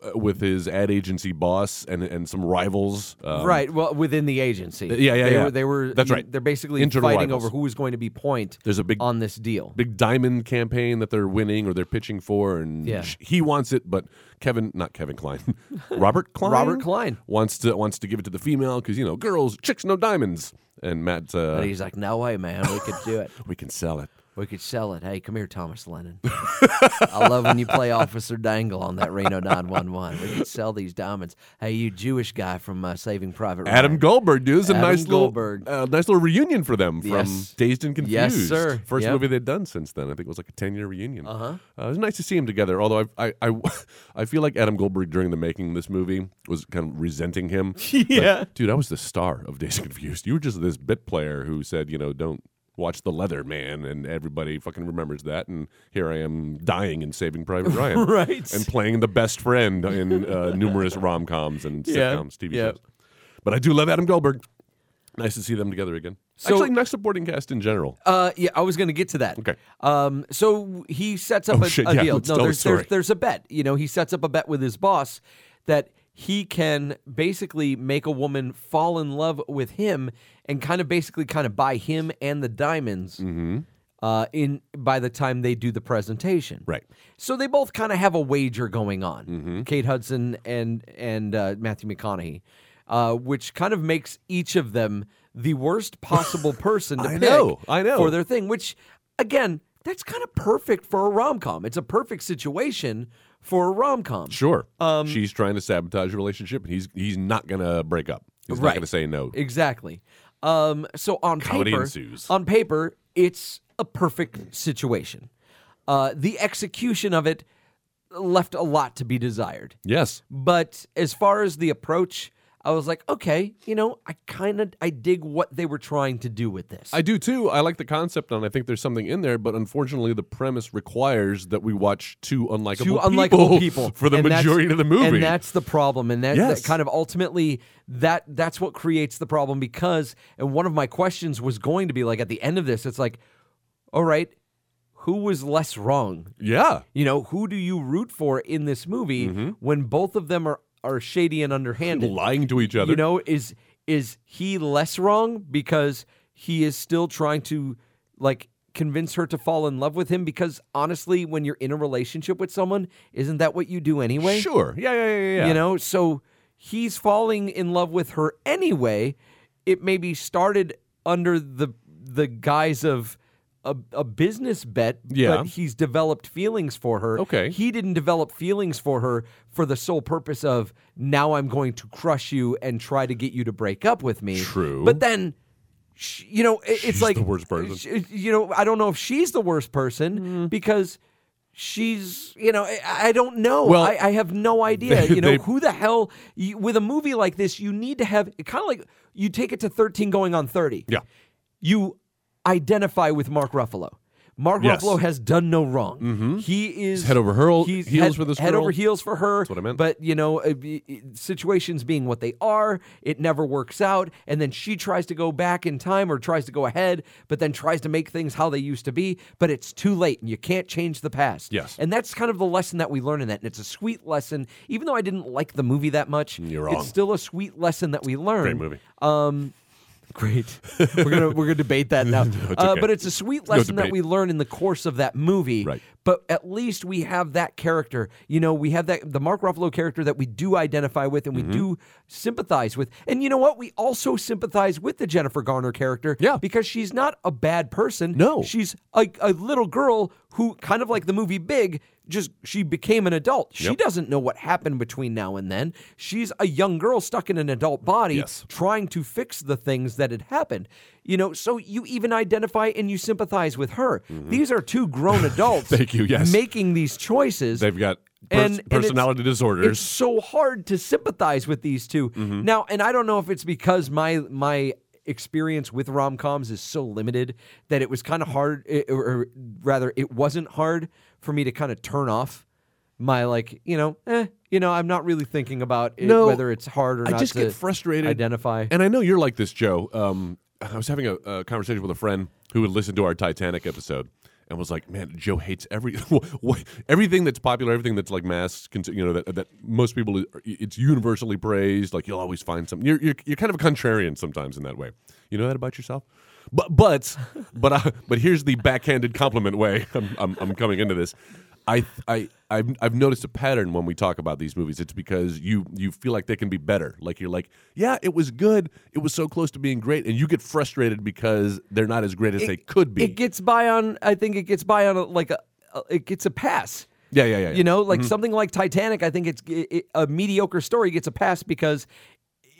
S3: uh, with his ad agency boss and, and some rivals. um, Uh,
S4: right. Well, within the agency.
S3: yeah, yeah,
S4: they
S3: yeah.
S4: Were, they were.
S3: That's right.
S4: They're basically
S3: Internal
S4: fighting
S3: rivals.
S4: over who was going to be point.
S3: There's a big-
S4: on this deal.
S3: big diamond campaign that they're winning or they're pitching for, and
S4: Yeah.
S3: sh- he wants it, but Kevin, not Kevin Klein, Robert Klein,
S4: Robert Klein.
S3: wants to wants to give it to the female because you know girls, chicks, no diamonds. And Matt,
S4: and
S3: uh,
S4: he's like, "No way, man. We could do it.
S3: we can sell it.
S4: We could sell it. Hey, come here, Thomas Lennon. I love when you play Officer Dangle on that Reno 911. We could sell these diamonds. Hey, you Jewish guy from uh, Saving Private Ryan.
S3: Adam Goldberg dudes a
S4: Adam
S3: nice
S4: Goldberg.
S3: little uh, nice little reunion for them from
S4: Yes.
S3: Dazed and Confused.
S4: Yes, sir.
S3: First
S4: Yep.
S3: movie they'd done since then. I think it was like a ten year reunion. Uh-huh. Uh, it was nice to see them together. Although I, I I I feel like Adam Goldberg during the making of this movie was kind of resenting him.
S4: Yeah.
S3: Like, dude, I was the star of Dazed and Confused. You were just this bit player who said you know don't. Watch the Leather Man, and everybody fucking remembers that. And here I am dying and saving Private Ryan,
S4: Right.
S3: And playing the best friend in uh, numerous rom coms and
S4: Yeah.
S3: sitcoms, TV
S4: Yeah.
S3: shows. But I do love Adam Goldberg. Nice to see them together again.
S4: So-
S3: Actually, nice supporting cast in general.
S4: Uh, yeah, I was going to get to that.
S3: Okay.
S4: Um, so he sets up
S3: Oh,
S4: a,
S3: shit,
S4: a
S3: yeah,
S4: deal.
S3: let's
S4: No,
S3: tell the
S4: there's, there's
S3: story.
S4: there's a bet. You know, he sets up a bet with his boss that he can basically make a woman fall in love with him and kind of basically kind of buy him and the diamonds.
S3: Mm-hmm.
S4: Uh, in by the time they do the presentation,
S3: Right. Mm-hmm.
S4: So they both kind of have a wager going on, Kate Hudson and and uh, Matthew McConaughey, uh, which kind of makes each of them the worst possible person to
S3: I
S4: pick
S3: know, I know.
S4: for their thing. Which, again, that's kind of perfect for a rom com. It's a perfect situation for a rom com.
S3: Sure.
S4: um,
S3: She's trying to sabotage a relationship, and he's he's not gonna break up. He's not
S4: Right.
S3: gonna say no.
S4: Exactly. Um, so on
S3: Comedy
S4: paper,
S3: ensues.
S4: on paper, it's a perfect situation. Uh, the execution of it left a lot to be desired.
S3: yes.
S4: But as far as the approach, I was like, okay, you know, I kind of I dig what they were trying to do with this.
S3: I do too. I like the concept, and I think there's something in there. But unfortunately, the premise requires that we watch two unlikable,
S4: two unlikable people,
S3: for the
S4: And that's-
S3: majority of the movie.
S4: and that's the problem. And that, that
S3: Yes.
S4: kind of ultimately that that's what creates the problem because. And one of my questions was going to be like at the end of this, it's like, all right, who was less wrong?
S3: yeah,
S4: You know, who do you root for in this movie
S3: Mm-hmm.
S4: when both of them are are shady and underhanded?
S3: lying to each other.
S4: You know, is is he less wrong because he is still trying to like convince her to fall in love with him? Because honestly, when you're in a relationship with someone, isn't that what you do anyway?
S3: sure. Yeah, yeah, yeah, yeah.
S4: You know, so he's falling in love with her anyway. It maybe started under the the guise of a, a business bet,
S3: Yeah.
S4: but he's developed feelings for her.
S3: Okay.
S4: He didn't develop feelings for her for the sole purpose of now I'm going to crush you and try to get you to break up with me.
S3: True.
S4: But then sh- you know, it- it's
S3: She's
S4: like
S3: the worst person. Mm-hmm.
S4: sh- you know, I don't know if she's the worst person because she's, you know, I, I don't know.
S3: Well,
S4: I, I have no idea.
S3: they-
S4: you know,
S3: they-
S4: who the hell you, with a movie like this, you need to have kind of like you take it to thirteen going on thirty.
S3: Yeah.
S4: you identify with Mark Ruffalo. Mark
S3: Yes. Mm-hmm.
S4: Ruffalo has done no wrong. He is
S3: head over hurl-
S4: he's
S3: heels
S4: head-
S3: for this
S4: head
S3: girl.
S4: over heels for her. That's
S3: what I meant.
S4: But you know, uh, y- y- situations being what they are, it never works out, and then she tries to go back in time or tries to go ahead, but then tries to make things how they used to be. But it's too late, and you can't change the past.
S3: Yes.
S4: and that's kind of the lesson that we learn in that, and it's a sweet lesson. Even though I didn't like the movie that much,
S3: You're wrong.
S4: it's still a sweet lesson that we learn.
S3: Great movie.
S4: Um, great. we're gonna we're gonna debate that now. uh,
S3: okay.
S4: but it's a sweet lesson that
S3: debate.
S4: we learn in the course of that movie.
S3: Right.
S4: But at least we have that character. You know, we have that the Mark Ruffalo character that we do identify with and
S3: Mm-hmm.
S4: we do sympathize with. And you know what? We also sympathize with the Jennifer Garner character.
S3: Yeah.
S4: Because she's not a bad person.
S3: No.
S4: She's a, a little girl who kind of like the movie Big. Just she became an adult. She
S3: Yep.
S4: doesn't know what happened between now and then. She's a young girl stuck in an adult body
S3: Yes.
S4: trying to fix the things that had happened. You know, so you even identify and you sympathize with her. These are two grown adults.
S3: Mm-hmm. Thank you, yes.
S4: Making these choices.
S3: They've got pers-
S4: And- and it's-
S3: personality
S4: it's
S3: disorders.
S4: so hard to sympathize with these 2
S3: Mm-hmm.
S4: now. And I don't know if it's because my my experience with rom coms is so limited that it was kind of hard, i- or, or rather, it wasn't hard for me to kind of turn off my like, you know, eh, you know, I'm not really thinking about it,
S3: No,
S4: whether it's hard or
S3: I
S4: not.
S3: just
S4: to
S3: get frustrated.
S4: Identify.
S3: And I know you're like this, Joe. Um, I was having a, a conversation with a friend who had listened to our Titanic episode and was like, "Man, Joe hates every what- everything that's popular, everything that's like mass, cons- you know, that, that most people uh, it's universally praised. Like you'll always find something. You're, you're you're kind of a contrarian sometimes in that way. You know that about yourself." But but but I, but here's the backhanded compliment way I'm, I'm, I'm coming into this. I I I've, I've noticed a pattern when we talk about these movies. It's because you you feel like they can be better. Like you're like, yeah, it was good. It was so close to being great, and you get frustrated because they're not as great as they could be.
S4: It gets by on. I think it gets by on a, like a, a- It gets a pass.
S3: Yeah, yeah, yeah, Mm-hmm. yeah.
S4: You know, like something like Titanic. I think it's it, it- a mediocre story gets a pass because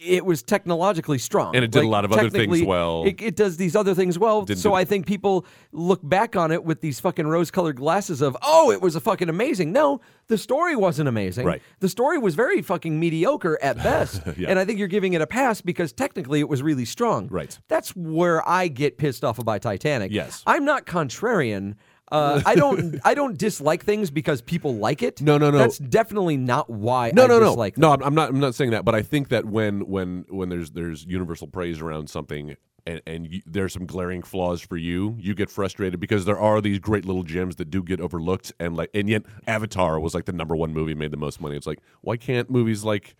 S4: it was technologically strong
S3: And it did a
S4: Like,
S3: lot of other things
S4: technically,
S3: well.
S4: It, it does these other things well.
S3: Didn't
S4: so
S3: do-
S4: I think people look back on it with these fucking rose-colored glasses of, oh, it was a fucking amazing. No, the story wasn't amazing.
S3: Right.
S4: The story was very fucking mediocre at best.
S3: Yeah.
S4: And I think you're giving it a pass because technically it was really strong.
S3: Right.
S4: That's where I get pissed off about Titanic.
S3: Yes.
S4: I'm not contrarian. Uh, I don't. I don't dislike things because people like it.
S3: No, no, no.
S4: That's definitely not why.
S3: no,
S4: I
S3: no, no,
S4: dislike
S3: no. I'm, I'm not. I'm not saying that. But I think that when when when there's there's universal praise around something. And, and you, there's some glaring flaws for you. You get frustrated because there are these great little gems that do get overlooked, and like, and yet Avatar was like the number one movie, made the most money. It's like, why can't movies like,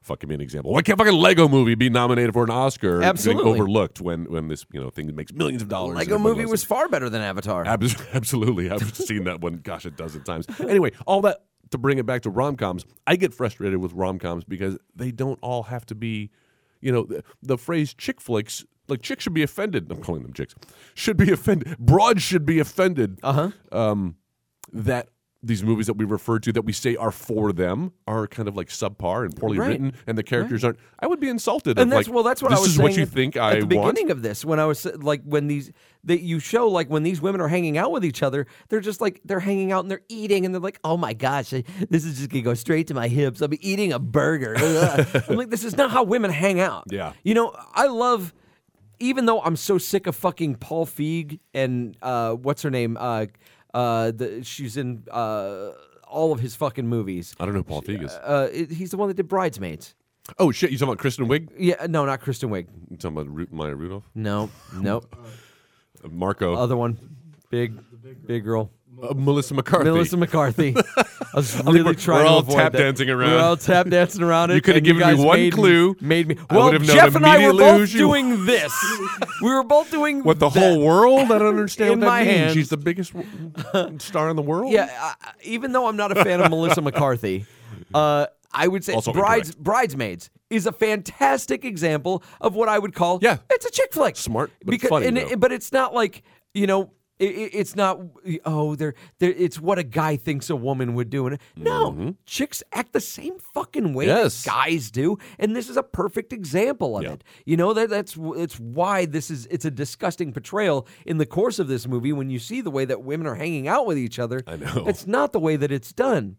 S3: fuck, give me an example. Why can't fucking Lego Movie be nominated for an Oscar? being
S4: Absolutely.
S3: overlooked when when this you know thing that makes millions of dollars. and
S4: Lego
S3: everybody
S4: Movie
S3: loves
S4: was
S3: it.
S4: far better than Avatar.
S3: Abs- absolutely. I've seen that one, gosh, a dozen times. Anyway, all that to bring it back to rom coms, I get frustrated with rom coms because they don't all have to be, you know, the, the phrase chick flicks, like chicks should be offended. I'm calling
S4: Uh-huh.
S3: them chicks, should be offended. Broads should be offended. Uh huh. Um, that these movies that we refer to that we say are for them are kind of like subpar and poorly
S4: Right.
S3: written, and the characters aren't. I would be insulted.
S4: and
S3: of
S4: that's
S3: like,
S4: well, that's what
S3: this
S4: I was
S3: is
S4: saying
S3: what you
S4: at-
S3: think
S4: at
S3: I
S4: the
S3: want.
S4: beginning of this when I was like when these that you show like when these women are hanging out with each other, they're just like they're hanging out and they're eating and they're like, oh my gosh, I- this is just gonna go straight to my hips. I'm eating a burger. Ugh." I'm like, this is not how women hang out.
S3: Yeah.
S4: you know, I love. Even though I'm so sick of fucking Paul Feig and uh, what's her name, uh, uh, the, she's in uh, all of his fucking movies.
S3: I don't know who Paul Feig is.
S4: Uh, he's the one that did Bridesmaids.
S3: oh shit! You talking about Kristen Wiig?
S4: Yeah, no, not Kristen Wiig.
S3: You talking about Ru- Maya Rudolph?
S4: No, no.
S3: Uh, Marco?
S4: Other one, big, big girl,
S3: Uh, Melissa McCarthy.
S4: Melissa McCarthy. I was really
S3: we're-
S4: trying
S3: we're
S4: to
S3: all
S4: avoid
S3: tap
S4: that.
S3: dancing around.
S4: We We're all tap dancing around it.
S3: You coulda
S4: and
S3: given me
S4: guys
S3: one
S4: made
S3: clue.
S4: Me, made me.
S3: I
S4: Well,
S3: would've known
S4: Jeff and I were both
S3: immediately who you-
S4: doing this. we were both doing
S3: What the
S4: that.
S3: whole world? I don't understand
S4: In
S3: what that
S4: my
S3: means.
S4: hands.
S3: She's the biggest w- star in the world.
S4: Yeah, I- I, even though I'm not a fan of Melissa McCarthy, uh, I would say
S3: Also
S4: brides,
S3: incorrect.
S4: bridesmaids is a fantastic example of what I would call.
S3: Yeah.
S4: it's a chick flick.
S3: Smart, but funny,
S4: and
S3: though.
S4: it- but it's not like you know. i- i- It's not oh they're, they're it's what a guy thinks a woman would do and no chicks act the same fucking way that
S3: Mm-hmm. Yes.
S4: guys do and this is a perfect example of
S3: Yeah.
S4: it you know that that's it's why this is it's a disgusting portrayal in the course of this movie when you see the way that women are hanging out with each other
S3: I know.
S4: it's not the way that it's done.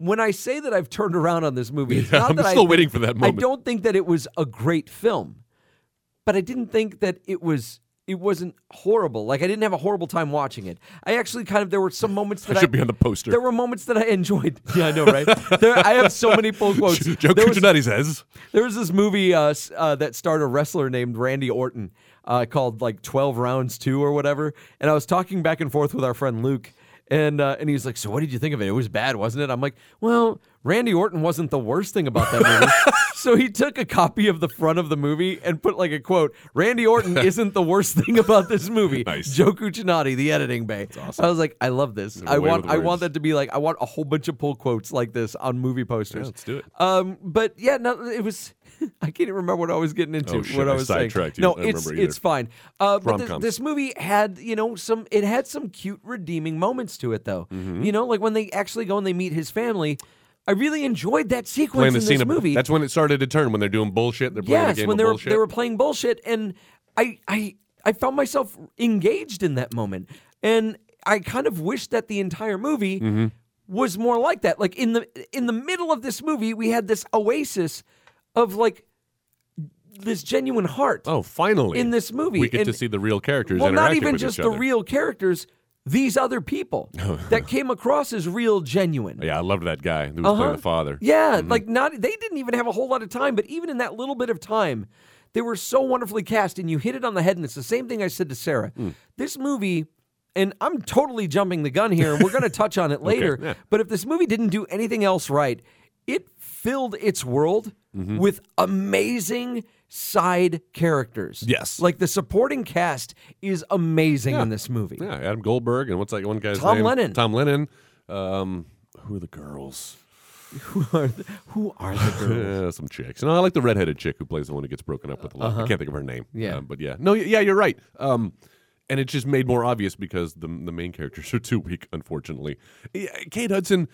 S4: When I say that I've turned around on this movie, it's
S3: Yeah,
S4: not
S3: I'm
S4: that I
S3: still
S4: think-
S3: waiting for that moment.
S4: I don't think that it was a great film, but I didn't think that it was it wasn't horrible. Like I didn't have a horrible time watching it. I actually kind of there were some moments that I
S3: should be on the poster.
S4: There were moments that I enjoyed. Yeah, I know, right? there, I have so many pull quotes.
S3: Joe
S4: There was-
S3: Cucinotti says.
S4: there was this movie uh, s- uh, that starred a wrestler named Randy Orton uh, called like 12 Rounds 2 or whatever. And I was talking back and forth with our friend Luke. And, uh, and he was like, So what did you think of it? It was bad, wasn't it? I'm like, Well, Randy Orton wasn't the worst thing about that movie. so he took a copy of the front of the movie and put like a quote Randy Orton isn't the worst thing about this movie.
S3: Nice.
S4: Joe Cucinotti, the editing bay. I was like, I love this. I
S3: way
S4: want,
S3: with
S4: I want
S3: words.
S4: that to be like, I want a whole bunch of pull quotes like this on movie posters.
S3: let's do it.
S4: Um, but yeah, no, it was. I can't even remember what I was getting into.
S3: Oh, shit,
S4: what I
S3: I
S4: was saying.
S3: sidetracked you.
S4: No,
S3: I don't
S4: it's
S3: remember either.
S4: it's fine. Uh, but this,
S3: Rom-coms.
S4: this movie had you know some. It had some cute redeeming moments to it though.
S3: Mm-hmm.
S4: You know, like when they actually go and they meet his family. I really enjoyed that sequence
S3: Playing the
S4: in
S3: scene
S4: this
S3: of
S4: movie.
S3: That's when it started to turn when they're doing bullshit. They're playing
S4: yes,
S3: a game
S4: when
S3: of
S4: they were
S3: bullshit.
S4: they were playing bullshit, and I I I found myself engaged in that moment, and I kind of wished that the entire movie
S3: Mm-hmm.
S4: was more like that. Like in the in the middle of this movie, we had this oasis of like this genuine heart
S3: oh, finally.
S4: in this movie.
S3: We get to
S4: and-
S3: see the real characters
S4: well, not
S3: interacting
S4: even
S3: with
S4: just
S3: each
S4: the
S3: other.
S4: real characters, these other people that came across as real genuine.
S3: Yeah, I loved that guy who was
S4: Uh-huh.
S3: playing the father.
S4: Yeah, like not they didn't even have a whole lot of time, but even in that little bit of time, they were so wonderfully cast and you hit it on the head and it's the same thing I said to Sarah.
S3: Mm.
S4: This movie and I'm totally jumping the gun here and we're going to touch on it later,
S3: yeah.
S4: but if this movie didn't do anything else right, it filled its world
S3: Mm-hmm.
S4: with amazing side characters.
S3: Yes.
S4: Like the supporting cast is amazing in this movie.
S3: Yeah, Adam Goldberg and what's that one guy's
S4: Tom
S3: name?
S4: Lennon.
S3: Tom Lennon. Um, who are the girls?
S4: Who are the, who are the girls?
S3: Yeah, some chicks. And I like the redheaded chick who plays the one who gets broken up with a lot. I can't think of her name.
S4: Uh-huh. Yeah.
S3: Um, but yeah, no, y- yeah, you're right. Um, and it's just made more obvious because the the main characters are too weak, unfortunately. Yeah, Kate Hudson,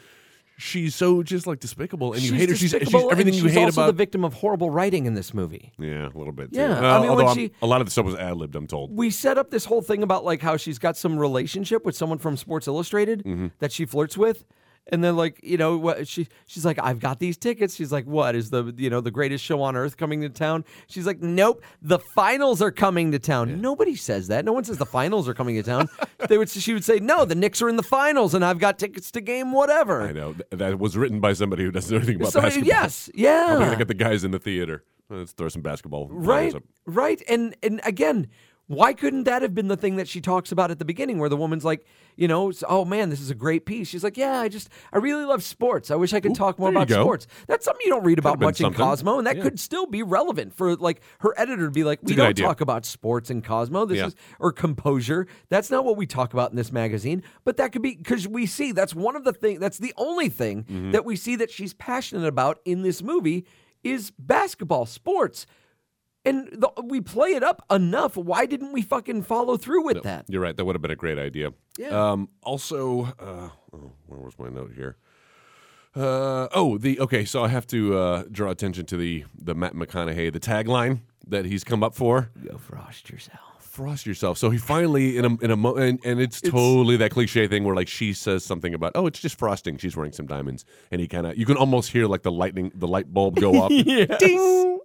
S3: she's so just like despicable, and you hate her. She's, she's
S4: despicable,
S3: everything
S4: and
S3: you
S4: she's
S3: hate
S4: also
S3: about.
S4: the victim of horrible writing in this movie.
S3: yeah, a little bit. too.
S4: Yeah, I
S3: Well,
S4: mean, when
S3: although I'm-
S4: she-
S3: a lot of the stuff was ad libbed, I'm told.
S4: We set up this whole thing about like how she's got some relationship with someone from Sports Illustrated
S3: Mm-hmm.
S4: that she flirts with. And then, like you know, what she she's like, I've got these tickets. She's like, what is the you know the greatest show on earth coming to town? She's like, nope, the finals are coming to town. Nobody says that. No one says the finals are coming to town. they would she would say, no, the Knicks are in the finals, and I've got tickets to game whatever.
S3: I know Th- that was written by somebody who doesn't know anything about
S4: Somebody-
S3: basketball.
S4: yes, yeah.
S3: I'm gonna get the guys in the theater. Let's throw some basketball. players
S4: right
S3: up.
S4: right and and again why couldn't that have been the thing that she talks about at the beginning where the woman's like you know s- oh man this is a great piece she's like yeah i just i really love sports i wish i could talk more
S3: there you
S4: about
S3: go.
S4: sports that's something you don't read about
S3: Could've been
S4: much in
S3: something.
S4: cosmo and that
S3: Yeah.
S4: could still be relevant for like her editor to be like we
S3: a good
S4: don't
S3: idea.
S4: talk about sports in cosmo this
S3: Yeah.
S4: is or composure that's not what we talk about in this magazine but that could be because we see that's one of the thing that's the only thing
S3: Mm-hmm.
S4: that we see that she's passionate about in this movie is basketball sports And the, we play it up enough. Why didn't we fucking follow through with that?
S3: You're right. That would have been a great idea.
S4: Yeah.
S3: Um, also, uh, oh, where was my note here? Uh, oh, the okay. So I have to uh, draw attention to the the Matt McConaughey the tagline that he's come up for.
S4: Go frost yourself.
S3: Frost yourself. So he finally in a in a mo- and, and it's, totally that cliche thing where like she says something about oh it's just frosting. She's wearing some diamonds, and he kind of you can almost hear like the lightning the light bulb go up. Ding.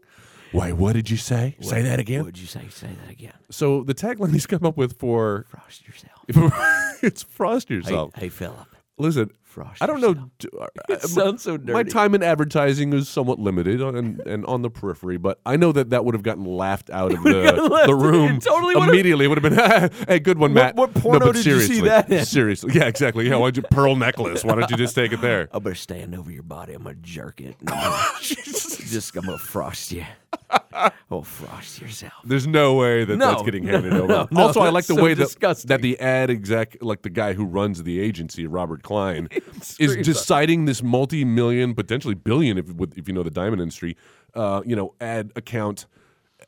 S3: Why? What did you say? say that again.
S4: Would you say say that again?
S3: So the tagline he's come up with for
S4: Frost yourself.
S3: it's frost
S4: Hey,
S3: yourself.
S4: hey, Philip.
S3: Listen,
S4: Frost
S3: I don't know. d- I-
S4: It sounds so
S3: My
S4: dirty.
S3: time in advertising is somewhat limited on- and, and on the periphery, but I know that that would have gotten laughed out of the,
S4: laughed.
S3: the room
S4: It totally would've-
S3: immediately. It would have been, hey, good one, Matt.
S4: what porno
S3: but
S4: did you see
S3: seriously,
S4: that in?
S3: Seriously. Yeah, exactly. Yeah, why'd you pearl necklace? Why don't you just take it there?
S4: I'm gonna stand over your body. I'm gonna jerk it. and I'm gonna- just I'm gonna frost you. Oh, frost yourself.
S3: There's no way that
S4: No.
S3: that's getting handed over.
S4: No, no,
S3: also, I like
S4: that's
S3: the
S4: so
S3: way that,
S4: disgusting.
S3: that the ad exec, like the guy who runs the agency, Robert Klein, is
S4: screams
S3: deciding this multi-million, potentially billion, if with- if you know the diamond industry, uh, you know, ad account,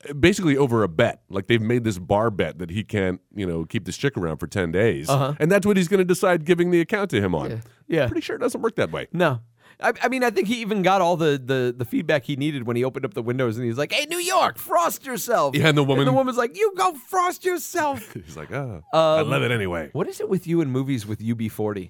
S3: uh, basically over a bet. Like they've made this bar bet that he can't, you know, keep this chick around for ten days, and that's what he's going to decide giving the account to him on.
S4: Uh-huh. Yeah. Yeah.
S3: pretty sure it doesn't work that way.
S4: No. I, I mean, I think he even got all the, the, the feedback he needed when he opened up the windows and he's like, "Hey, New York, frost yourself."
S3: Yeah, and the woman-
S4: the woman's like, "You go frost yourself."
S3: He's like, oh, I love it anyway.
S4: Um, what is it with you in movies with UB40?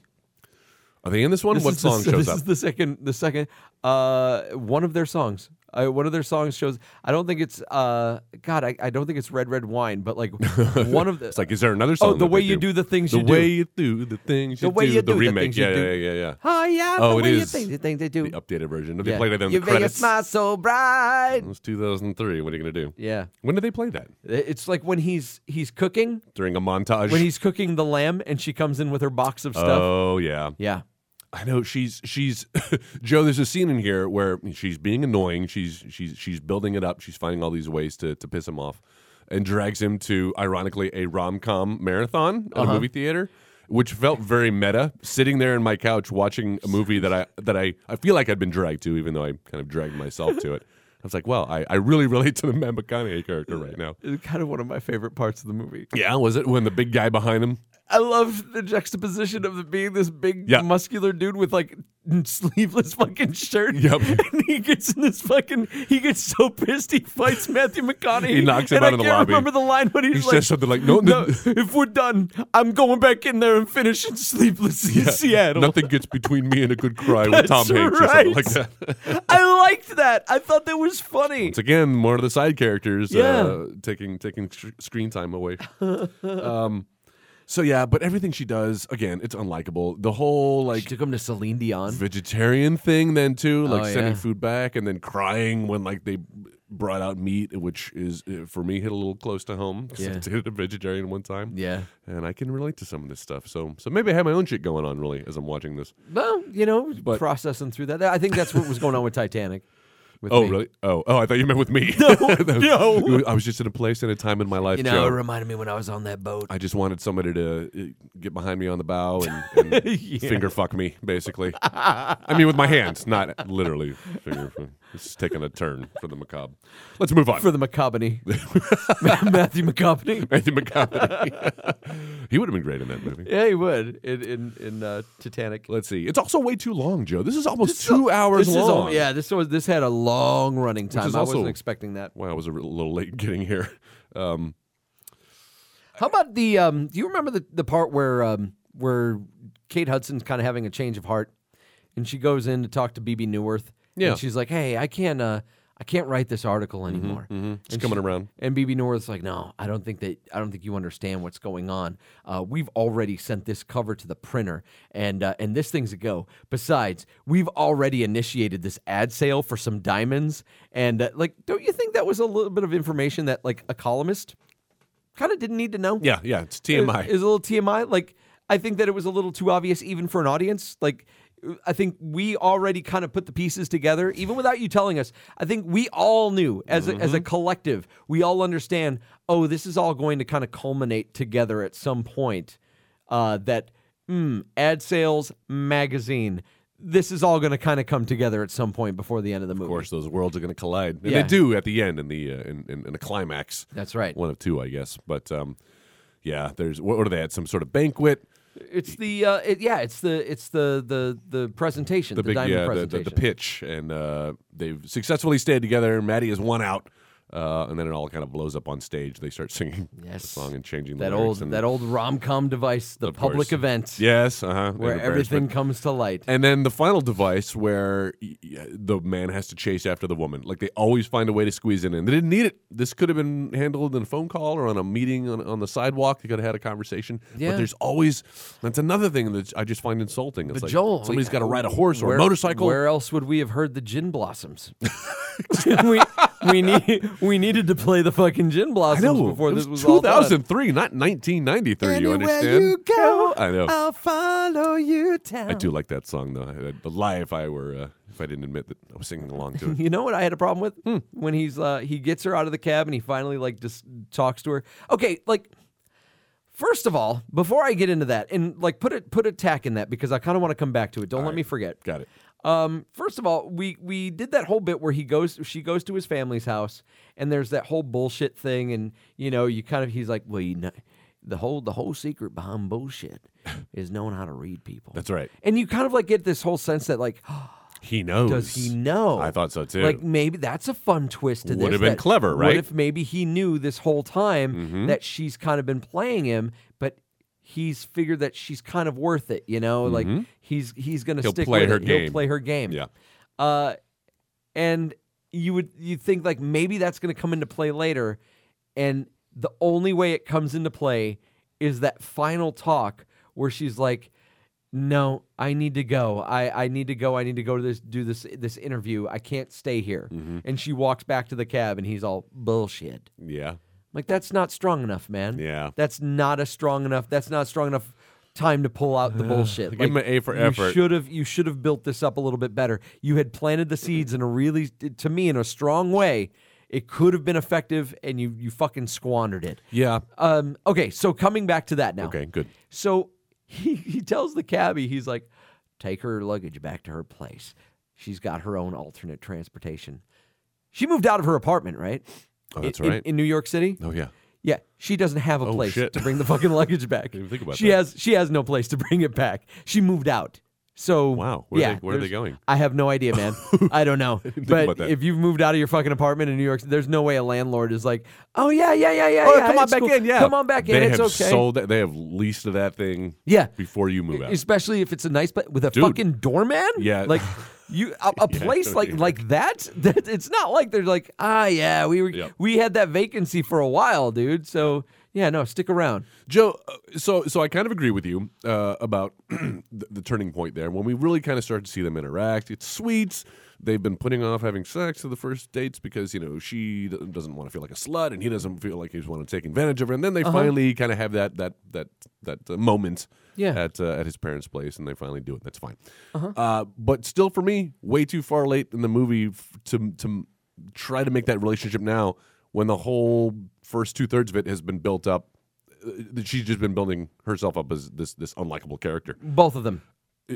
S3: Are they in this one? what
S4: is the-
S3: song shows
S4: this
S3: up?
S4: is the second. The second. Uh, one of their songs. Uh, one of their songs shows. I don't think it's. Uh, God, I, I don't think it's Red Red Wine, but like one of the. Oh,
S3: It's like, is there another song?
S4: the
S3: that
S4: way
S3: they
S4: you do the things
S3: the
S4: you do.
S3: way you do the things you
S4: The way
S3: do,
S4: you
S3: the
S4: do the
S3: remake,
S4: things you
S3: yeah,
S4: do.
S3: yeah, yeah, yeah,
S4: Oh yeah.
S3: Oh,
S4: the
S3: it
S4: way You
S3: is.
S4: think, you think they do.
S3: The updated version. They
S4: Yeah.
S3: played it in
S4: you
S3: the
S4: make it
S3: credits.
S4: smile so bright.
S3: It was 2003. What are you gonna do?
S4: Yeah.
S3: When did they play that?
S4: It's like when he's he's cooking,
S3: During a montage.
S4: when he's cooking the lamb, and she comes in with her box of stuff.
S3: Oh yeah,
S4: yeah.
S3: I know. She's she's Joe. There's a scene in here where she's being annoying. She's she's she's building it up. She's finding all these ways to to piss him off, and drags him to ironically a rom com marathon at
S4: Uh-huh.
S3: a movie theater. Which felt very meta. Sitting there in my couch watching a movie that I that I, I feel like I'd been dragged to, even though I kind of dragged myself to it. I was like, well, I, I really relate to the Matt McConaughey character right now.
S4: It's kind of one of my favorite parts of the movie.
S3: Yeah, was it when the big guy behind him?
S4: I love the juxtaposition of the, being this big
S3: Yeah.
S4: muscular dude with like sleeveless fucking shirt.
S3: Yep.
S4: And he gets in this fucking he gets so pissed he fights Matthew McConaughey.
S3: He knocks him
S4: and
S3: out
S4: I
S3: in the
S4: can't
S3: lobby.
S4: remember the line but he's
S3: He
S4: like
S3: says something like, "No, no-
S4: no, if we're done, I'm going back in there and finishing Sleepless in Seattle."
S3: Nothing gets between me and a good cry with
S4: That's
S3: Tom Hanks or something like
S4: right.
S3: that.
S4: I liked that. I thought that was funny.
S3: It's again one of the side characters
S4: Yeah.
S3: uh, taking taking sh- screen time away. um, so yeah, but everything she does again, it's unlikable. The whole like
S4: took him to Celine Dion.
S3: vegetarian thing then too, like
S4: Oh,
S3: sending
S4: yeah.
S3: food back and then crying when like they brought out meat, which is uh, for me hit a little close to home. 'cause
S4: Yeah.
S3: I did a vegetarian one time.
S4: Yeah.
S3: And I can relate to some of this stuff, so so maybe I have my own shit going on really as I'm watching this.
S4: Well, you know,
S3: But-
S4: processing through that. I think that's what was going on with Titanic. With
S3: Oh
S4: me.
S3: really? Oh oh, I thought you meant with me. No,
S4: no.
S3: I was just in a place and a time in my life.
S4: You know,
S3: Joe.
S4: it reminded me when I was on that boat.
S3: I just wanted somebody to uh, get behind me on the bow and, and finger fuck me, basically. I mean, with my hands, not literally. Finger fuck. This is taking a turn for the macabre. Let's move on.
S4: for the McCobney. Matthew McCobney.
S3: Matthew McConaughey. he would have been great in that movie.
S4: Yeah, he would in in, in uh, Titanic.
S3: Let's see. It's also way too long, Joe. This is almost two hours
S4: This is
S3: long.
S4: all- yeah, this was this had a long running time.
S3: is
S4: I
S3: also-
S4: wasn't expecting that.
S3: Wow, I was a re- little late getting here. Um,
S4: How about the? Um, do you remember the the part where um, where Kate Hudson's kind of having a change of heart, and she goes in to talk to BB Newirth.
S3: Yeah.
S4: and she's like, "Hey, I can't uh, I can't write this article anymore."
S3: it's mm-hmm. coming around.
S4: And BB North's like, no, I don't think that I don't think you understand what's going on. Uh, we've already sent this cover to the printer, and uh, and this thing's a go. Besides, we've already initiated this ad sale for some diamonds, and uh, like, don't you think that was a little bit of information that like a columnist kind of didn't need to know?
S3: Yeah, yeah. It's
S4: Is-
S3: TMI.
S4: Is a little TMI. Like, I think that it was a little too obvious even for an audience. Like, I think we already kind of put the pieces together, even without you telling us. I think we all knew as a,
S3: Mm-hmm.
S4: as a collective, we all understand. Oh, this is all going to kind of culminate together at some point. Uh, that mm, ad sales hmm, magazine. this is all going to kind of come together at some point before the end of the movie.
S3: Of course, those worlds are going to collide, and
S4: Yeah.
S3: they do at the end in the uh, in, in, in the climax.
S4: That's right.
S3: one of two, I guess. But um, yeah, there's what, what are they at? Some sort of banquet,
S4: It's the uh, it, yeah, it's the it's the the the presentation, the,
S3: the big
S4: diamond
S3: yeah, the, the,
S4: presentation.
S3: the pitch, and uh, they've successfully stayed together. Maddie is one out, uh, and then it all kind of blows up on stage. They start singing
S4: Yes.
S3: the song and changing
S4: That
S3: the lyrics
S4: old
S3: and,
S4: that old rom com device, the
S3: of
S4: public
S3: course.
S4: event
S3: Yes, uh-huh,
S4: where
S3: an
S4: everything
S3: embarrassment.
S4: comes to light.
S3: And then the final device where y- y- the man has to chase after the woman. Like they always find a way to squeeze it in. They didn't need it. This could have been handled in a phone call or on a meeting on, on the sidewalk. They could have had a conversation.
S4: Yeah.
S3: But there's always that's another thing that I just find insulting. It's
S4: but
S3: like
S4: Joel,
S3: somebody's
S4: we-
S3: got to ride a horse or
S4: where-
S3: a motorcycle.
S4: Where else would we have heard the gin blossoms? we we need we needed to play the fucking gin
S3: I
S4: blossoms
S3: know.
S4: before
S3: It
S4: this was all done.
S3: 2003, not 1993. you understand? I know.
S4: follow you down.
S3: I do like that song though. I- I'd lie if I were uh, if I didn't admit that I was singing along to it.
S4: You know what I had a problem with
S3: Hmm.
S4: when he's uh, he gets her out of the cab and he finally like just talks to her. Okay, like first of all, before I get into that and like put it put a tack in that because I kind of want to come back to it. Don't let me forget.
S3: Got it.
S4: Um, first of all, we we did that whole bit where he goes, she goes to his family's house, and there's that whole bullshit thing, and you know, you kind of he's like, well, you know, the whole the whole secret behind bullshit is knowing how to read people.
S3: That's right.
S4: And you kind of like get this whole sense that like,
S3: He knows.
S4: does he know?
S3: I thought so too.
S4: Like maybe that's a fun twist to this.
S3: Would have been
S4: that-
S3: clever,
S4: What
S3: right? Mm-hmm.
S4: if maybe he knew this whole time that she's kind of been playing him, but he's figured that she's kind of worth it. You know,
S3: Mm-hmm.
S4: like he's he's going to
S3: He'll
S4: stick
S3: play
S4: with
S3: her
S4: it. He'll
S3: game.
S4: play her game.
S3: Yeah.
S4: Uh, and you would you think like maybe that's going to come into play later, and the only way it comes into play is that final talk where she's like, "No, I need to go. I I need to go. I need to go to this do this this interview. I can't stay here."
S3: Mm-hmm.
S4: And she walks back to the cab, and he's all bullshit.
S3: yeah.
S4: I'm like that's not strong enough, man.
S3: Yeah.
S4: that's not a strong enough. That's not strong enough time to pull out the bullshit.
S3: give him an A for effort.
S4: You should have. You should have built this up a little bit better. You had planted the seeds in a really, to me, in a strong way. It could have been effective, and you you fucking squandered it.
S3: Yeah.
S4: Um. Okay. So coming back to that now.
S3: Okay, good.
S4: So he, he tells the cabbie, he's like, take her luggage back to her place. She's got her own alternate transportation. She moved out of her apartment, right?
S3: Oh,
S4: In-
S3: that's
S4: in-
S3: right.
S4: In, New York City?
S3: Oh yeah.
S4: Yeah, she doesn't have a
S3: Oh,
S4: place
S3: shit.
S4: to bring the fucking luggage back.
S3: Didn't even think about
S4: she
S3: that.
S4: has she has no place to bring it back. She moved out. So
S3: Wow, where are
S4: yeah,
S3: they- where are they
S4: there's-
S3: going?
S4: I have no idea, man. I don't know.
S3: about
S4: but
S3: that.
S4: if you've moved out of your fucking apartment in New York, there's no way a landlord is like, oh yeah, yeah, yeah, yeah,
S3: Oh,
S4: yeah
S3: come on
S4: it's
S3: back
S4: cool.
S3: in. Yeah.
S4: come on back in.
S3: They
S4: it's
S3: have
S4: okay.
S3: sold that. They have leased that thing.
S4: Yeah.
S3: Before you move out.
S4: Especially if it's a nice place with a
S3: Dude.
S4: fucking doorman.
S3: Yeah.
S4: like you a, a
S3: Yeah,
S4: place
S3: don't
S4: like
S3: you-
S4: like that, that. It's not like they're like ah yeah we were
S3: Yep.
S4: we had that vacancy for a while, dude. So yeah, no, stick around.
S3: Joe, uh, so so I kind of agree with you uh, about the, the turning point there when we really kind of start to see them interact. It's sweet. They've been putting off having sex to the first dates because you know she d- doesn't want to feel like a slut and he doesn't feel like he's want to take advantage of her. And then they
S4: Uh-huh.
S3: finally kind of have that that that that uh, moment
S4: Yeah.
S3: at uh, at his parents' place and they finally do it. That's fine.
S4: Uh-huh.
S3: Uh, but still, for me, way too far late in the movie f- to to try to make that relationship now when the whole first two thirds of it has been built up that she's just been building herself up as this this unlikable character. Uh,
S4: Both of them.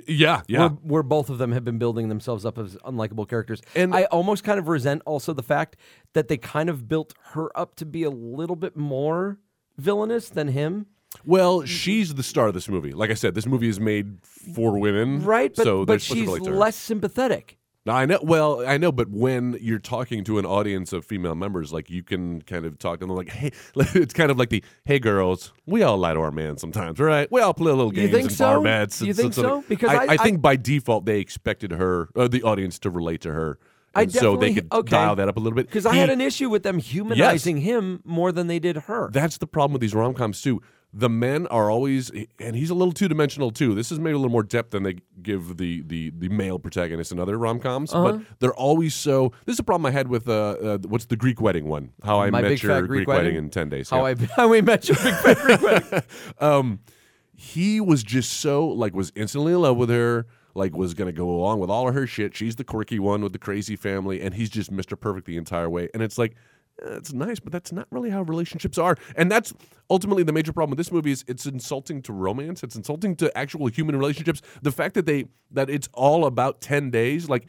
S3: Yeah, yeah.
S4: Where, where both of them have been building themselves up as unlikable characters.
S3: And-
S4: I almost kind of resent also the fact that they kind of built her up to be a little bit more villainous than him.
S3: Well, she's the star of this movie. Like I said, this movie is made for women,
S4: Right? But,
S3: so they're
S4: but
S3: supposed
S4: she's
S3: to relate to her.
S4: less sympathetic.
S3: I know. Well, I know, but when you're talking to an audience of female members, like you can kind of talk to them like, "Hey," it's kind of like the "Hey, girls, we all lie to our man sometimes, right? We all play a little games
S4: think
S3: and bar
S4: so?
S3: mats."
S4: You
S3: and
S4: think
S3: something."
S4: so? Because
S3: I,
S4: I-
S3: I think by default they expected her, or the audience, to relate to her,
S4: I
S3: and so they
S4: definitely-
S3: could
S4: okay.
S3: dial that up a little bit.
S4: Because I had
S3: He-
S4: an issue with them humanizing him more than they did her.
S3: That's the problem with these rom coms too. The men are always, and he's a little two dimensional too. This is maybe a little more depth than they give the the, the male protagonist in other rom coms.
S4: Uh-huh.
S3: But they're always so. This is a problem I had with uh, uh what's the Greek wedding one? How I
S4: My
S3: met
S4: big
S3: your
S4: fat
S3: Greek,
S4: Greek
S3: wedding.
S4: Wedding?
S3: in ten days.
S4: How
S3: Yeah.
S4: I how we met your big fat Greek wedding.
S3: he was just so like was instantly in love with her. Like was gonna go along with all of her shit. She's the quirky one with the crazy family, and he's just Mr. Perfect the entire way. And it's like That's nice, but that's not really how relationships are. And that's ultimately the major problem with this movie is it's insulting to romance. It's insulting to actual human relationships. The fact that they that it's all about 10 days, like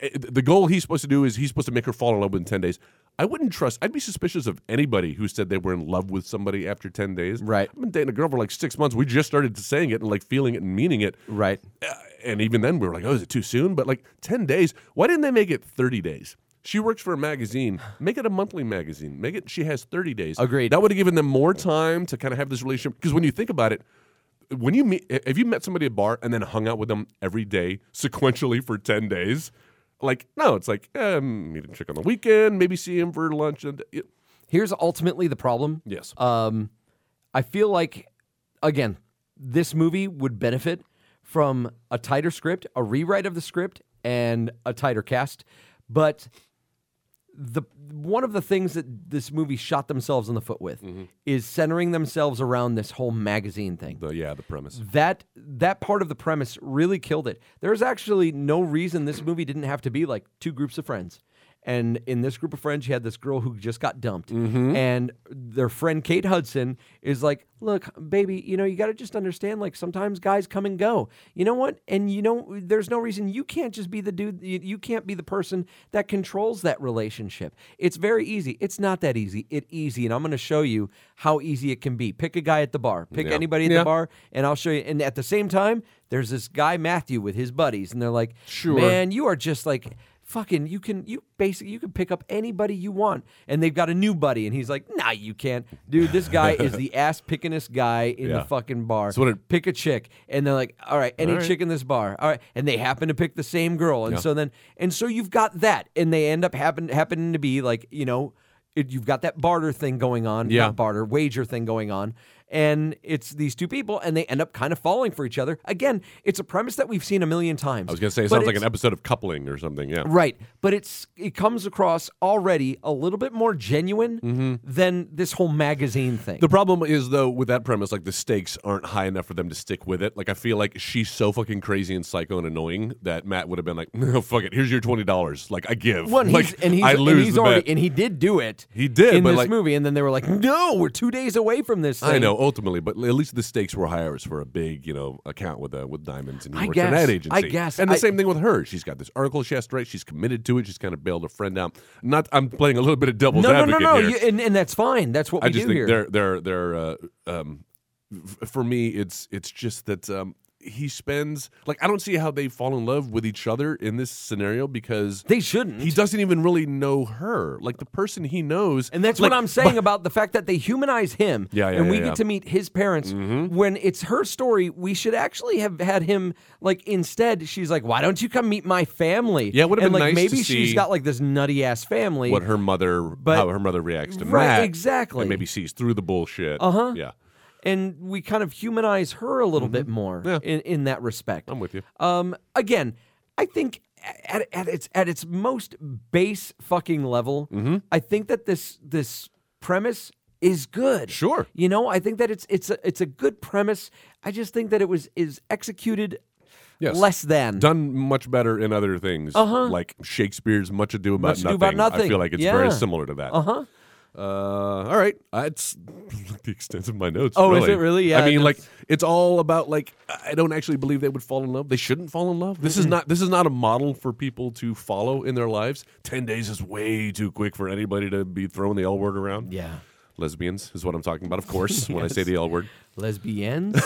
S3: eh, the goal he's supposed to do is he's supposed to make her fall in love within 10 days. I wouldn't trust. I'd be suspicious of anybody who said they were in love with somebody after 10 days.
S4: Right.
S3: I've been dating a girl for like 6 months. We just started saying it and like feeling it and meaning it.
S4: Right.
S3: Uh, and even then we were like, oh, is it too soon? But like 10 days, why didn't they make it 30 days? She works for a magazine. Make it a monthly magazine. Make it she has 30 days.
S4: Agreed.
S3: That would have given them more time to kind of have this relationship because when you think about it, when you meet have you met somebody at a bar and then hung out with them every day sequentially for 10 days? Like, no, it's like, eh, meet a chick on the weekend, maybe see him for lunch and
S4: Here's ultimately the problem.
S3: yes.
S4: Um, I feel like, again, this movie would benefit from a tighter script, a rewrite of the script, and a tighter cast. But the one of the things that this movie shot themselves in the foot with is centering themselves around this whole magazine thing
S3: the, yeah, the premise.
S4: that that part of the premise really killed it. There's actually no reason this movie didn't have to be like two groups of friends. And in this group of friends, you had this girl who just got dumped.
S3: Mm-hmm.
S4: And their friend Kate Hudson is like, Look, baby, you know, you got to just understand, like, sometimes guys come and go. You know what? And you know, there's no reason you can't just be the dude, you, you can't be the person that controls that relationship. It's very easy. It's not that easy. It easy. And I'm going to show you how easy it can be. Pick a guy at the bar, pick
S3: Yeah.
S4: anybody at
S3: Yeah.
S4: the bar bar, and I'll show you. And at the same time, there's this guy Matthew with his buddies, and they're like,
S3: Sure.
S4: man, you are just like." Fucking, you can you basically you can pick up anybody you want, and they've got a new buddy, and he's like, "Nah, you can't, dude. This guy is the ass pickingest guy in
S3: Yeah.
S4: the fucking bar.
S3: So what it-
S4: pick a chick, and they're like, "All right, any
S3: All right.
S4: chick in this bar, all right." And they happen to pick the same girl, and so then and so you've got that, and they end up happen happening to be like, you know, it, you've got that barter thing going on,
S3: Yeah.
S4: not barter barter wager thing going on and it's these two people and they end up kind of falling for each other again it's a premise that we've seen a million times
S3: I was going to say it sounds like an episode of coupling or something, yeah.
S4: right but it's it comes across already a little bit more genuine than this whole magazine thing
S3: Mm-hmm. The problem is though with that premise, like the stakes aren't high enough for them to stick with it. Like I feel like she's so fucking crazy and psycho and annoying that Matt would have been like, "No, fuck it. Here's your twenty dollars. Like I give.
S4: one,
S3: like
S4: he's, and he's,
S3: I
S4: and
S3: lose
S4: he's
S3: the
S4: already,
S3: bet."
S4: and he did do it.
S3: He did,
S4: in
S3: but
S4: this
S3: like-
S4: movie, and then they were like, "No, we're two days away from this." Thing.
S3: I know ultimately, but at least the stakes were higher. It's for a big, you know, account with uh, with diamonds, and he
S4: I
S3: works for
S4: guess.
S3: that
S4: I
S3: agency.
S4: guess.
S3: And the
S4: I-
S3: same thing with her. She's got this article she has to write. She's committed to it. She's kind of bailed her friend out. Not, I'm playing a little bit of devil's
S4: No, no, no,
S3: advocate
S4: no,
S3: here.
S4: you- and, and that's fine. That's what
S3: I
S4: we
S3: just
S4: do
S3: think
S4: here.
S3: they're they're they're uh, um, f- for me it's it's just that um, he spends like I don't see how they fall in love with each other in this scenario because
S4: They shouldn't.
S3: he doesn't even really know her like the person he knows
S4: And that's
S3: like,
S4: what I'm saying about the fact that they humanize him.
S3: Yeah, yeah,
S4: and
S3: yeah,
S4: we get
S3: yeah. Mm-hmm.
S4: to meet his parents. When it's her story, we should actually have had him like instead she's like, Why don't you come meet my family?
S3: Yeah, it would've
S4: And,
S3: been
S4: like
S3: nice to
S4: maybe she's
S3: see
S4: got like this nutty ass family.
S3: what her mother
S4: But-
S3: how her mother reacts to
S4: Right,
S3: Matt
S4: exactly. Uh-huh.
S3: and maybe sees through the bullshit uh huh yeah
S4: and we kind of humanize her a little bit more
S3: Mm-hmm. Yeah.
S4: in, in that respect.
S3: I'm with you.
S4: Um, again, I think at, at its at its most base fucking level,
S3: Mm-hmm.
S4: I think that this this premise is good.
S3: Sure.
S4: you know, I think that it's it's a, it's a good premise. I just think that it was is executed
S3: Yes.
S4: less than.
S3: done much better in other things uh-huh. like Shakespeare's Much Ado About,
S4: Much
S3: nothing.
S4: Ado About
S3: I
S4: Nothing.
S3: feel like it's very
S4: Yeah.
S3: similar to that.
S4: Uh-huh.
S3: Uh, all right, that's the extent of my notes.
S4: Oh, is
S3: really.
S4: it really? Yeah,
S3: I mean,
S4: that's-
S3: like it's all about like I don't actually believe they would fall in love. They shouldn't fall in love. This is not this is not a model for people to follow in their lives. Ten days is way too quick for anybody to be throwing the L word around.
S4: Yeah.
S3: lesbians is what I'm talking about. Of course, when I say the L word.
S4: Lesbians.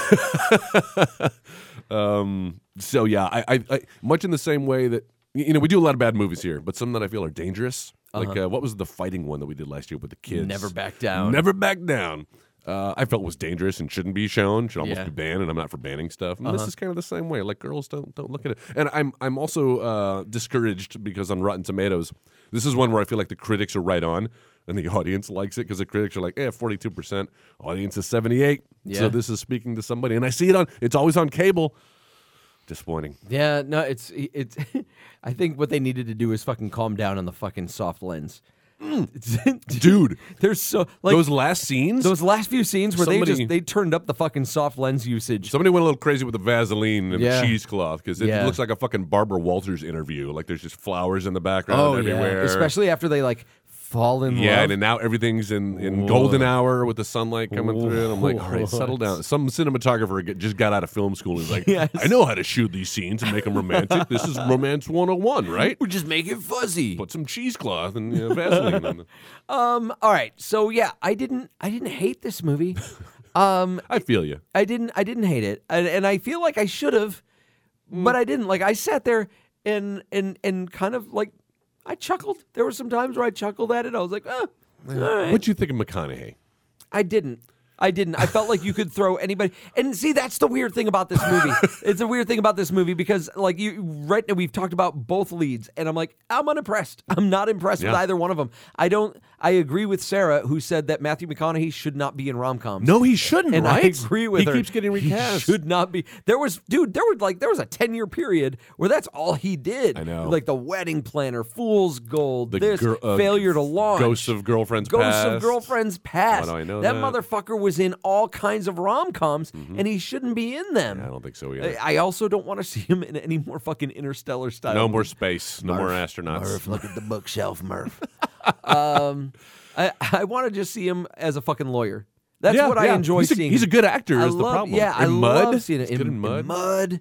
S3: So yeah, I, I, I much in the same way that y- you know we do a lot of bad movies here, but some that I feel are dangerous. Like uh, what was the fighting one that we did last year with the kids?
S4: Uh-huh. Never Back Down.
S3: Never back down. Uh, I felt was dangerous and shouldn't be shown. Should almost
S4: Yeah.
S3: be banned, and I'm not for banning stuff. And
S4: Uh-huh.
S3: This is kind of the same way. Like girls don't don't look at it, and I'm I'm also uh, discouraged because on Rotten Tomatoes, this is one where I feel like the critics are right on, and the audience likes it because the critics are like, eh, 42 percent, audience is 78. So
S4: Yeah.
S3: this is speaking to somebody, and I see it on. It's always on cable. Disappointing.
S4: Yeah, no, it's it's. I think what they needed to do is fucking calm down on the fucking soft lens,
S3: Mm. Dude.
S4: There's so like
S3: those last scenes,
S4: those last few scenes where they
S3: Somebody-
S4: just they turned up the fucking soft lens usage.
S3: somebody went a little crazy with the Vaseline and
S4: Yeah.
S3: the cheesecloth because it
S4: Yeah.
S3: looks like a fucking Barbara Walters interview. Like there's just flowers in the background Oh, everywhere.
S4: especially Oh, after they like fall in
S3: Yeah,
S4: love.
S3: and now everything's in, in golden hour with the sunlight coming through. And I'm like, all right, settle down. Some cinematographer g- just got out of film school and is like,
S4: Yes.
S3: I know how to shoot these scenes and make them romantic. this is romance 101, right?
S4: We're just making fuzzy.
S3: Put some cheesecloth and you know, Vaseline on them.
S4: Um. All right. So yeah, I didn't. I didn't hate this movie. um.
S3: I feel you.
S4: I didn't. I didn't hate it, and, and I feel like I should have,
S3: Mm.
S4: but I didn't. Like I sat there and and and kind of like I chuckled. There were some times where I chuckled at it. I was like, ah, all right.
S3: What'd you think of McConaughey?
S4: I didn't. I didn't. I felt like you could throw anybody. And see, that's the weird thing about this movie. it's a weird thing about this movie because, like, you right now we've talked about both leads, and I'm like, I'm unimpressed. I'm not impressed with
S3: Yeah.
S4: either one of them. I don't. I agree with Sarah who said that Matthew McConaughey should not be in rom coms.
S3: No, he shouldn't,
S4: And
S3: right?
S4: I agree with
S3: he
S4: her.
S3: He keeps getting
S4: He
S3: recast.
S4: should not be. There was, dude. There were like there was a ten year period where that's all he did.
S3: I know.
S4: Like the wedding planner, fool's gold,
S3: The
S4: this
S3: gir- uh,
S4: failure to launch,
S3: Ghosts of Girlfriends
S4: ghosts of
S3: Past.
S4: girlfriends past.
S3: Why do I know that? Mm-hmm.
S4: motherfucker was in all kinds of rom coms, and he shouldn't be in them.
S3: I don't think so
S4: I
S3: either.
S4: I also don't want to see him in any more fucking interstellar style.
S3: no more space. No more astronauts.
S4: Murph, look at the bookshelf, Murph. um, I, I want to just see him as a fucking lawyer. That's
S3: Yeah,
S4: what I
S3: yeah.
S4: enjoy
S3: He's a-
S4: seeing.
S3: he's a good actor
S4: I
S3: is the
S4: love-
S3: problem.
S4: Yeah, I
S3: In Mud?
S4: love seeing it
S3: He's
S4: in,
S3: good in
S4: in mud.
S3: Mud.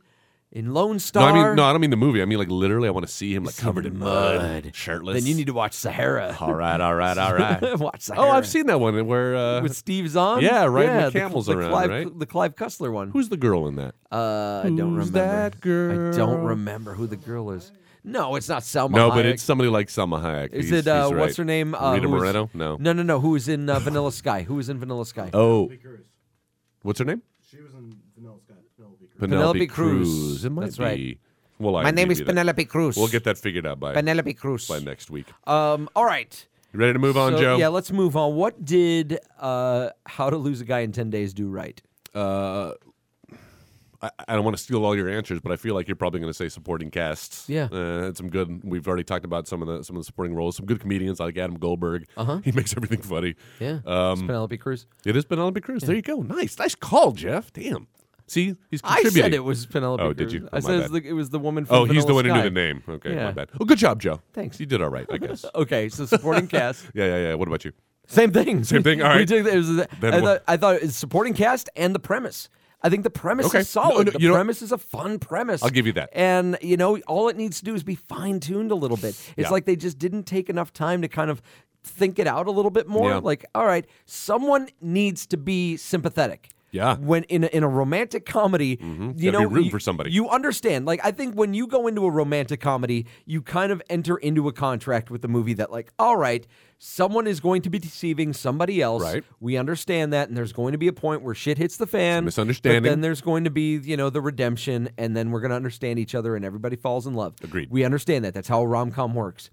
S4: in Lone
S3: No,
S4: Star.
S3: I mean no, I don't mean the movie. I mean like literally, I want to see him like
S4: See him
S3: covered in mud, shirtless.
S4: Then you need to watch Sahara.
S3: All right, all right, all right.
S4: Watch Sahara.
S3: oh, I've seen that one where uh,
S4: with Steve Zahn.
S3: Yeah, right, and the
S4: the
S3: camels
S4: the
S3: around,
S4: Clive,
S3: right?
S4: The Clive Cussler one.
S3: who's the girl in that?
S4: Uh, I don't
S3: Who's
S4: remember.
S3: that
S4: I don't
S3: girl?
S4: remember who the girl is. No, it's not Selma.
S3: No, but
S4: Hayek.
S3: it's somebody like Salma Hayek.
S4: Is
S3: He's-
S4: it uh,
S3: he's right.
S4: what's her name? Uh,
S3: Rita
S4: who was-
S3: Moreno? No.
S4: No, no, no. Who was in uh, Vanilla Sky? Who was in Vanilla Sky?
S3: Oh,
S5: Cruz.
S3: what's her name?
S5: She was in Vanilla Sky. Penelope Cruz.
S4: Penelope Cruz.
S3: It might
S4: That's
S3: be.
S4: right.
S3: Well, I
S4: My name
S3: give
S4: is
S3: you that.
S4: Penelope Cruz.
S3: We'll get that figured out by
S4: Penelope Cruz.
S3: by next week.
S4: Um, all right.
S3: You ready to move on,
S4: So,
S3: Joe?
S4: Yeah, let's move on. What did uh, How to Lose a Guy in Ten Days do right?
S3: I, I don't want to steal all your answers, but I feel like you're probably going to say supporting casts.
S4: Yeah.
S3: uh, had some good. We've already talked about some of the some of the supporting roles. Some good comedians like Adam Goldberg. Uh-huh. He makes everything funny.
S4: Yeah, it's
S3: um,
S4: Penelope Cruz.
S3: it is Penelope Cruz. There you go. Nice, nice call, Jeff. Damn. See, he's
S4: I
S3: contributing.
S4: said it was Penelope.
S3: Oh, did
S4: Cruz.
S3: you? Oh,
S4: I
S3: my
S4: said it was,
S3: bad.
S4: the, it was the woman. From
S3: Oh, he's the
S4: Vanilla
S3: one who knew
S4: Sky.
S3: the name. Okay,
S4: Yeah.
S3: my bad. Oh, good job, Joe.
S4: Thanks.
S3: You did all right, I guess.
S4: Okay, so supporting cast.
S3: yeah, yeah, yeah. What about you?
S4: Same thing.
S3: Same thing? All
S4: We
S3: right.
S4: did- it was- I,
S3: Then
S4: thought,
S3: what-
S4: I thought it was supporting cast and the premise. I think the premise
S3: Okay. No,
S4: is solid.
S3: no,
S4: the
S3: you know-
S4: premise is a fun premise.
S3: I'll give you that.
S4: And you know, all it needs to do is be fine tuned a little bit. It's
S3: Yeah.
S4: like they just didn't take enough time to kind of think it out a little bit more.
S3: Yeah.
S4: Like, all right, someone needs to be sympathetic.
S3: Yeah. Mm-hmm.
S4: When in a, in a romantic comedy,
S3: Gotta
S4: you know,
S3: be rooting
S4: you-
S3: for somebody.
S4: You understand. Like, I think when you go into a romantic comedy, you kind of enter into a contract with the movie that, like, all right, someone is going to be deceiving somebody else.
S3: Right.
S4: We understand that, and there's going to be a point where shit hits the fan.
S3: misunderstanding.
S4: But then there's going to be, you know, the redemption, and then we're going to understand each other, and everybody falls in love.
S3: Agreed.
S4: We understand that. That's how a rom com works.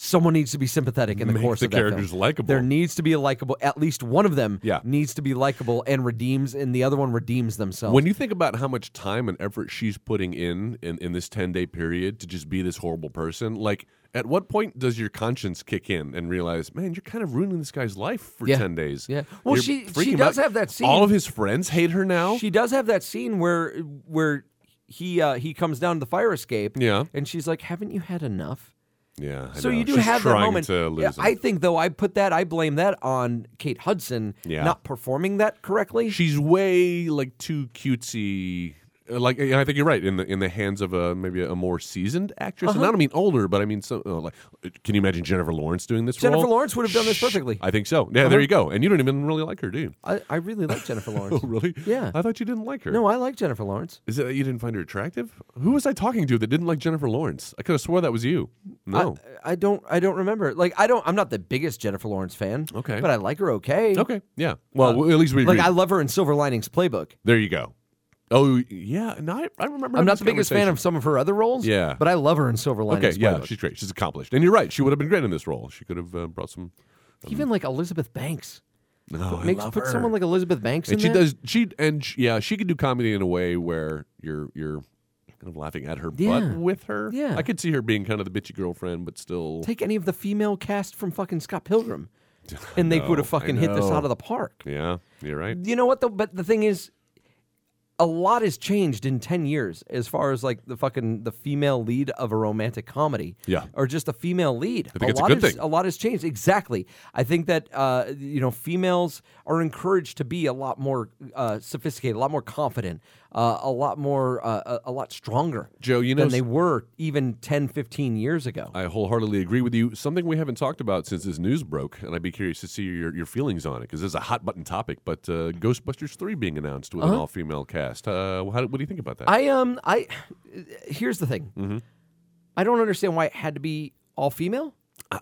S4: Someone needs to be sympathetic in the
S3: Make
S4: course
S3: the
S4: of that film.
S3: characters likable.
S4: There needs to be a likable. At least one of them
S3: Yeah.
S4: needs to be likable and redeems, and the other one redeems themselves.
S3: When you think about how much time and effort she's putting in in, in this 10 day period to just be this horrible person, like, at what point does your conscience kick in and realize, man, you're kind of ruining this guy's life for
S4: Yeah.
S3: 10 days?
S4: Yeah. Well,
S3: You're
S4: she- she
S3: freaking him
S4: does
S3: out.
S4: have that scene.
S3: All of his friends hate her now.
S4: She does have that scene where where he uh, he comes down to the fire escape.
S3: Yeah.
S4: and she's like, "Haven't you had enough?"
S3: yeah. I
S4: so
S3: know.
S4: you do
S3: She's
S4: have that
S3: trying
S4: moment.
S3: To
S4: Yeah,
S3: lose him.
S4: I think though, I put that I blame that on Kate Hudson
S3: Yeah.
S4: not performing that correctly.
S3: she's way like too cutesy. Uh, Like and I think you're right in the in the hands of a maybe a more seasoned actress,
S4: Uh-huh.
S3: and I don't mean older, but I mean so uh, like. Can you imagine Jennifer Lawrence doing this?
S4: Jennifer
S3: role?
S4: Lawrence would have done this
S3: Shh.
S4: perfectly. Uh-huh.
S3: I think so. Yeah, there you go. And you don't even really like her, do you?
S4: I, I really like Jennifer Lawrence.
S3: Oh, really?
S4: Yeah.
S3: I thought you didn't like her.
S4: No, I like Jennifer Lawrence.
S3: Is it that you didn't find her attractive? Who was I talking to that didn't like Jennifer Lawrence? I could have swore that was you. No.
S4: I, uh, I don't. I don't remember. Like I don't. I'm not the biggest Jennifer Lawrence fan.
S3: Okay.
S4: but I like her. Okay.
S3: okay. Yeah. Well, w- at least we.
S4: Like
S3: agree.
S4: uh, I love her in Silver Linings Playbook.
S3: there you go. Oh yeah. No, I, I remember.
S4: I'm not
S3: this
S4: the biggest fan
S3: conversation.
S4: of some of her other roles.
S3: Yeah.
S4: but I love her in Silver
S3: Okay,
S4: Linings.
S3: yeah,
S4: Playbook.
S3: she's great. She's accomplished, and you're right. She would have been great in this role. She could have uh, brought some.
S4: even like Elizabeth Banks.
S3: No,
S4: Makes, put someone like Elizabeth Banks in
S3: and she
S4: there.
S3: does. She and sh yeah, she could do comedy in a way where you're you're kind of laughing at her,
S4: Yeah.
S3: but with her.
S4: Yeah.
S3: I could see her being kind of the bitchy girlfriend, but still.
S4: Take any of the female cast from fucking Scott Pilgrim, and they would have
S3: know, I
S4: fucking hit this
S3: know.
S4: out of the park.
S3: yeah, you're right.
S4: You know what? Though, but the thing is, a lot has changed in 10 years as far as like the fucking the female lead of a romantic comedy
S3: Yeah.
S4: or just a female lead
S3: I think it's a
S4: lot
S3: good
S4: has,
S3: thing.
S4: a lot has changed exactly i think that uh, you know females are encouraged to be a lot more uh, sophisticated a lot more confident uh, a lot more uh, a, a lot stronger
S3: Joe, you know
S4: than
S3: s-
S4: they were even 10 15 years ago
S3: I wholeheartedly agree with you. Something we haven't talked about since this news broke, and I'd be curious to see your, your feelings on it because this is a hot button topic. But uh, Ghostbusters three being announced with an all female cast. Uh, how, what do you think about that?
S4: Uh-huh. I um I here's the thing.
S3: Mm-hmm.
S4: I don't understand why it had to be all female.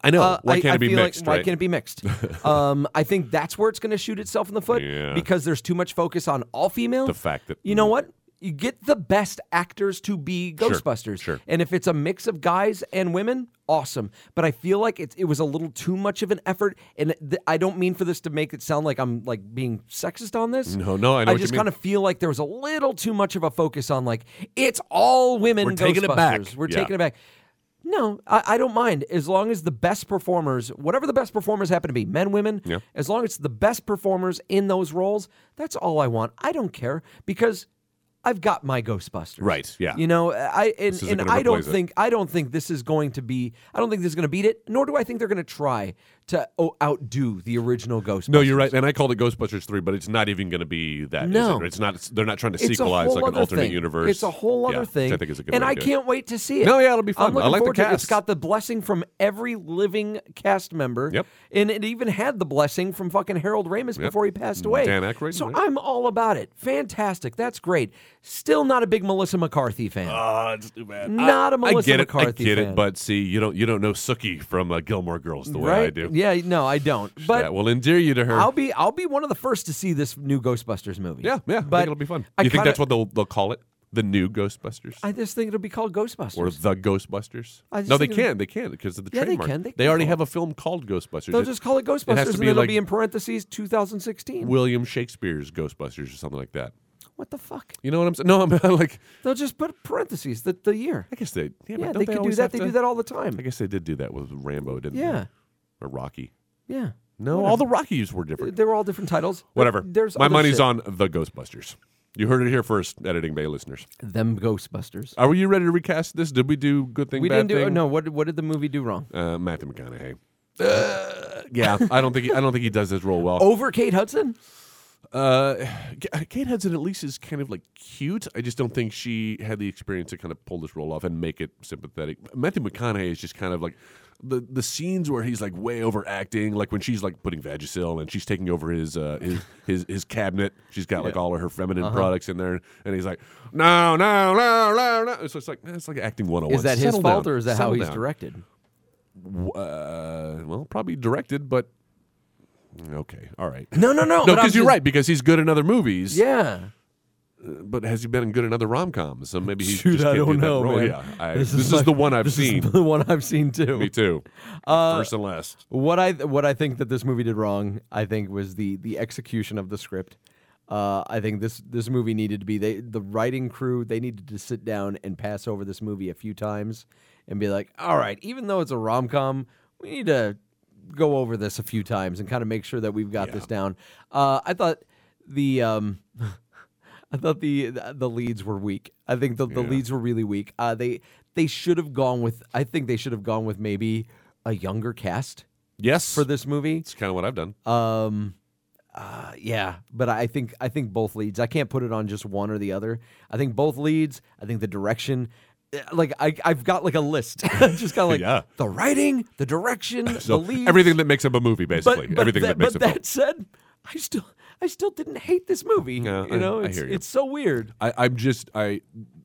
S3: I, know.
S4: Uh,
S3: why
S4: I-
S3: can't
S4: I
S3: it be
S4: feel like-
S3: mixed?
S4: Why
S3: right?
S4: can't it be mixed? um, I think that's where it's going to shoot itself in the foot
S3: Yeah.
S4: because there's too much focus on all female.
S3: The fact that- Mm.
S4: you know what. You get the best actors to be Ghostbusters.
S3: sure.
S4: And if it's a mix of guys and women, awesome. But I feel like it, it was a little too much of an effort. And th- I don't mean for this to make it sound like I'm like being sexist on this.
S3: No, no, I know what
S4: I
S3: you
S4: just
S3: mean.
S4: kind of feel like there was a little too much of a focus on like it's all women.
S3: We're taking it back.
S4: Ghostbusters. We're
S3: Yeah.
S4: taking it back. No, I, I don't mind as long as the best performers, whatever the best performers happen to be, men, women,
S3: Yeah.
S4: as long as the best performers in those roles, that's all I want. I don't care because I've got my Ghostbusters.
S3: Right, yeah.
S4: You know, I and,
S3: isn't
S4: and
S3: gonna
S4: I don't
S3: replace it.
S4: think I don't think this is going to be. I don't think this is going to beat it. Nor do I think they're going to try to o- outdo the original Ghostbusters.
S3: No, you're right, and I called it Ghostbusters three, but it's not even going to be that. is
S4: No.
S3: it? it's not. It's, they're not trying to
S4: It's a
S3: sequelize
S4: whole
S3: like an
S4: other
S3: alternate
S4: thing.
S3: universe.
S4: It's a whole
S3: Yeah,
S4: other thing.
S3: Which I think is a good.
S4: and
S3: way
S4: I
S3: to do it.
S4: can't wait to see it.
S3: No, yeah, it'll be fun.
S4: I'm looking
S3: I like the
S4: forward to it. It's
S3: cast.
S4: got the blessing from every living cast member.
S3: Yep.
S4: And it even had the blessing from fucking Harold Ramis before he passed away.
S3: Mm, Dan Aykroyd,
S4: So
S3: right.
S4: I'm all about it. Fantastic. That's great. Still not a big Melissa McCarthy fan.
S3: Ah, it's too bad.
S4: Not a Melissa
S3: I get it.
S4: McCarthy
S3: I get
S4: fan.
S3: it. But see, you don't. You don't know Sookie from uh, Gilmore Girls the way
S4: right?
S3: I do.
S4: Yeah, no, I don't. But
S3: that will endear you to her.
S4: I'll be I'll be one of the first to see this new Ghostbusters movie.
S3: yeah, yeah. I
S4: But
S3: think it'll be fun.
S4: I
S3: you think
S4: kinda-
S3: that's what they'll they'll call it? The new Ghostbusters.
S4: I just think it'll be called Ghostbusters.
S3: or the Ghostbusters?
S4: I just
S3: No, they
S4: think it'll-
S3: can. They can because of the
S4: Yeah, they
S3: trademark.
S4: can, they
S3: already
S4: can.
S3: have a film called Ghostbusters.
S4: They'll just call it Ghostbusters,
S3: has to
S4: and
S3: be
S4: it'll
S3: like-
S4: be in parentheses 2016.
S3: William Shakespeare's Ghostbusters or something like that.
S4: what the fuck?
S3: You know what I'm saying? No, I'm like.
S4: They'll just put parentheses the, the year.
S3: I guess they. Yeah, but
S4: Yeah,
S3: don't
S4: they could do
S3: always
S4: that.
S3: have
S4: They
S3: to-
S4: do that all the
S3: I
S4: time.
S3: guess they did do that with Rambo, didn't they?
S4: Yeah.
S3: Or Rocky.
S4: Yeah.
S3: No, all the Rockies were different.
S4: They were all different titles.
S3: Whatever.
S4: There's
S3: My
S4: other
S3: money's
S4: shit.
S3: on the Ghostbusters. You heard it here first, editing bay listeners.
S4: them Ghostbusters.
S3: Are you ready to recast this? Did we do good thing?
S4: we
S3: bad
S4: didn't do uh,
S3: thing?
S4: no. What what did the movie do wrong?
S3: Uh, Matthew McConaughey. Uh, yeah, I don't think he, I don't think he does this role well.
S4: Over Kate Hudson.
S3: Uh, K- Kate Hudson at least is kind of like cute. I just don't think she had the experience to kind of pull this role off and make it sympathetic. Matthew McConaughey is just kind of like the the scenes where he's like way overacting, like when she's like putting Vagisil and she's taking over his uh, his, his his cabinet. She's got like all of her feminine
S4: Uh-huh.
S3: products in there, and he's like, no, no, no, no, no. It's just like it's like acting one on one.
S4: Is that his fault or is that how he's directed?
S3: Uh, well, probably directed, but okay, all right.
S4: No, no, no.
S3: No,
S4: but I'm
S3: because you're
S4: just-
S3: right. Because he's good in other movies.
S4: Yeah.
S3: But has he been good in other rom coms? So maybe he's
S4: Dude,
S3: just
S4: I
S3: can't do
S4: don't
S3: that
S4: know,
S3: role.
S4: man.
S3: Yeah, I,
S4: This
S3: this,
S4: is
S3: is,
S4: like-
S3: the one I've
S4: This
S3: seen.
S4: is the Uh, one I've seen too.
S3: Me too. First and last.
S4: What I what I think that this movie did wrong, I think, was the the execution of the script. Uh, I think this this movie needed to be they the writing crew they needed to sit down and pass over this movie a few times and be like, all right, even though it's a rom com, we need to go over this a few times and kind of make sure that we've got this down. Uh, I thought the um, I thought the the leads were weak. I think the, the leads were really weak. Uh, they they should have gone with. I think they should have gone with maybe a younger cast
S3: Yes,
S4: for this movie.
S3: It's kind of what I've done.
S4: Um, uh, yeah, but I think I think both leads. I can't put it on just one or the other. I think both leads. I think the direction. eh, Like I, I've got like a list, just kind of like
S3: Yeah.
S4: the writing, the direction,
S3: so
S4: the lead,
S3: everything that makes up a movie, basically.
S4: But, but
S3: everything that,
S4: that,
S3: makes
S4: but
S3: up. a
S4: that said, I still, I still didn't hate this movie.
S3: Yeah,
S4: you
S3: I-
S4: know,
S3: I
S4: it's,
S3: hear you.
S4: it's so weird.
S3: I, I'm just I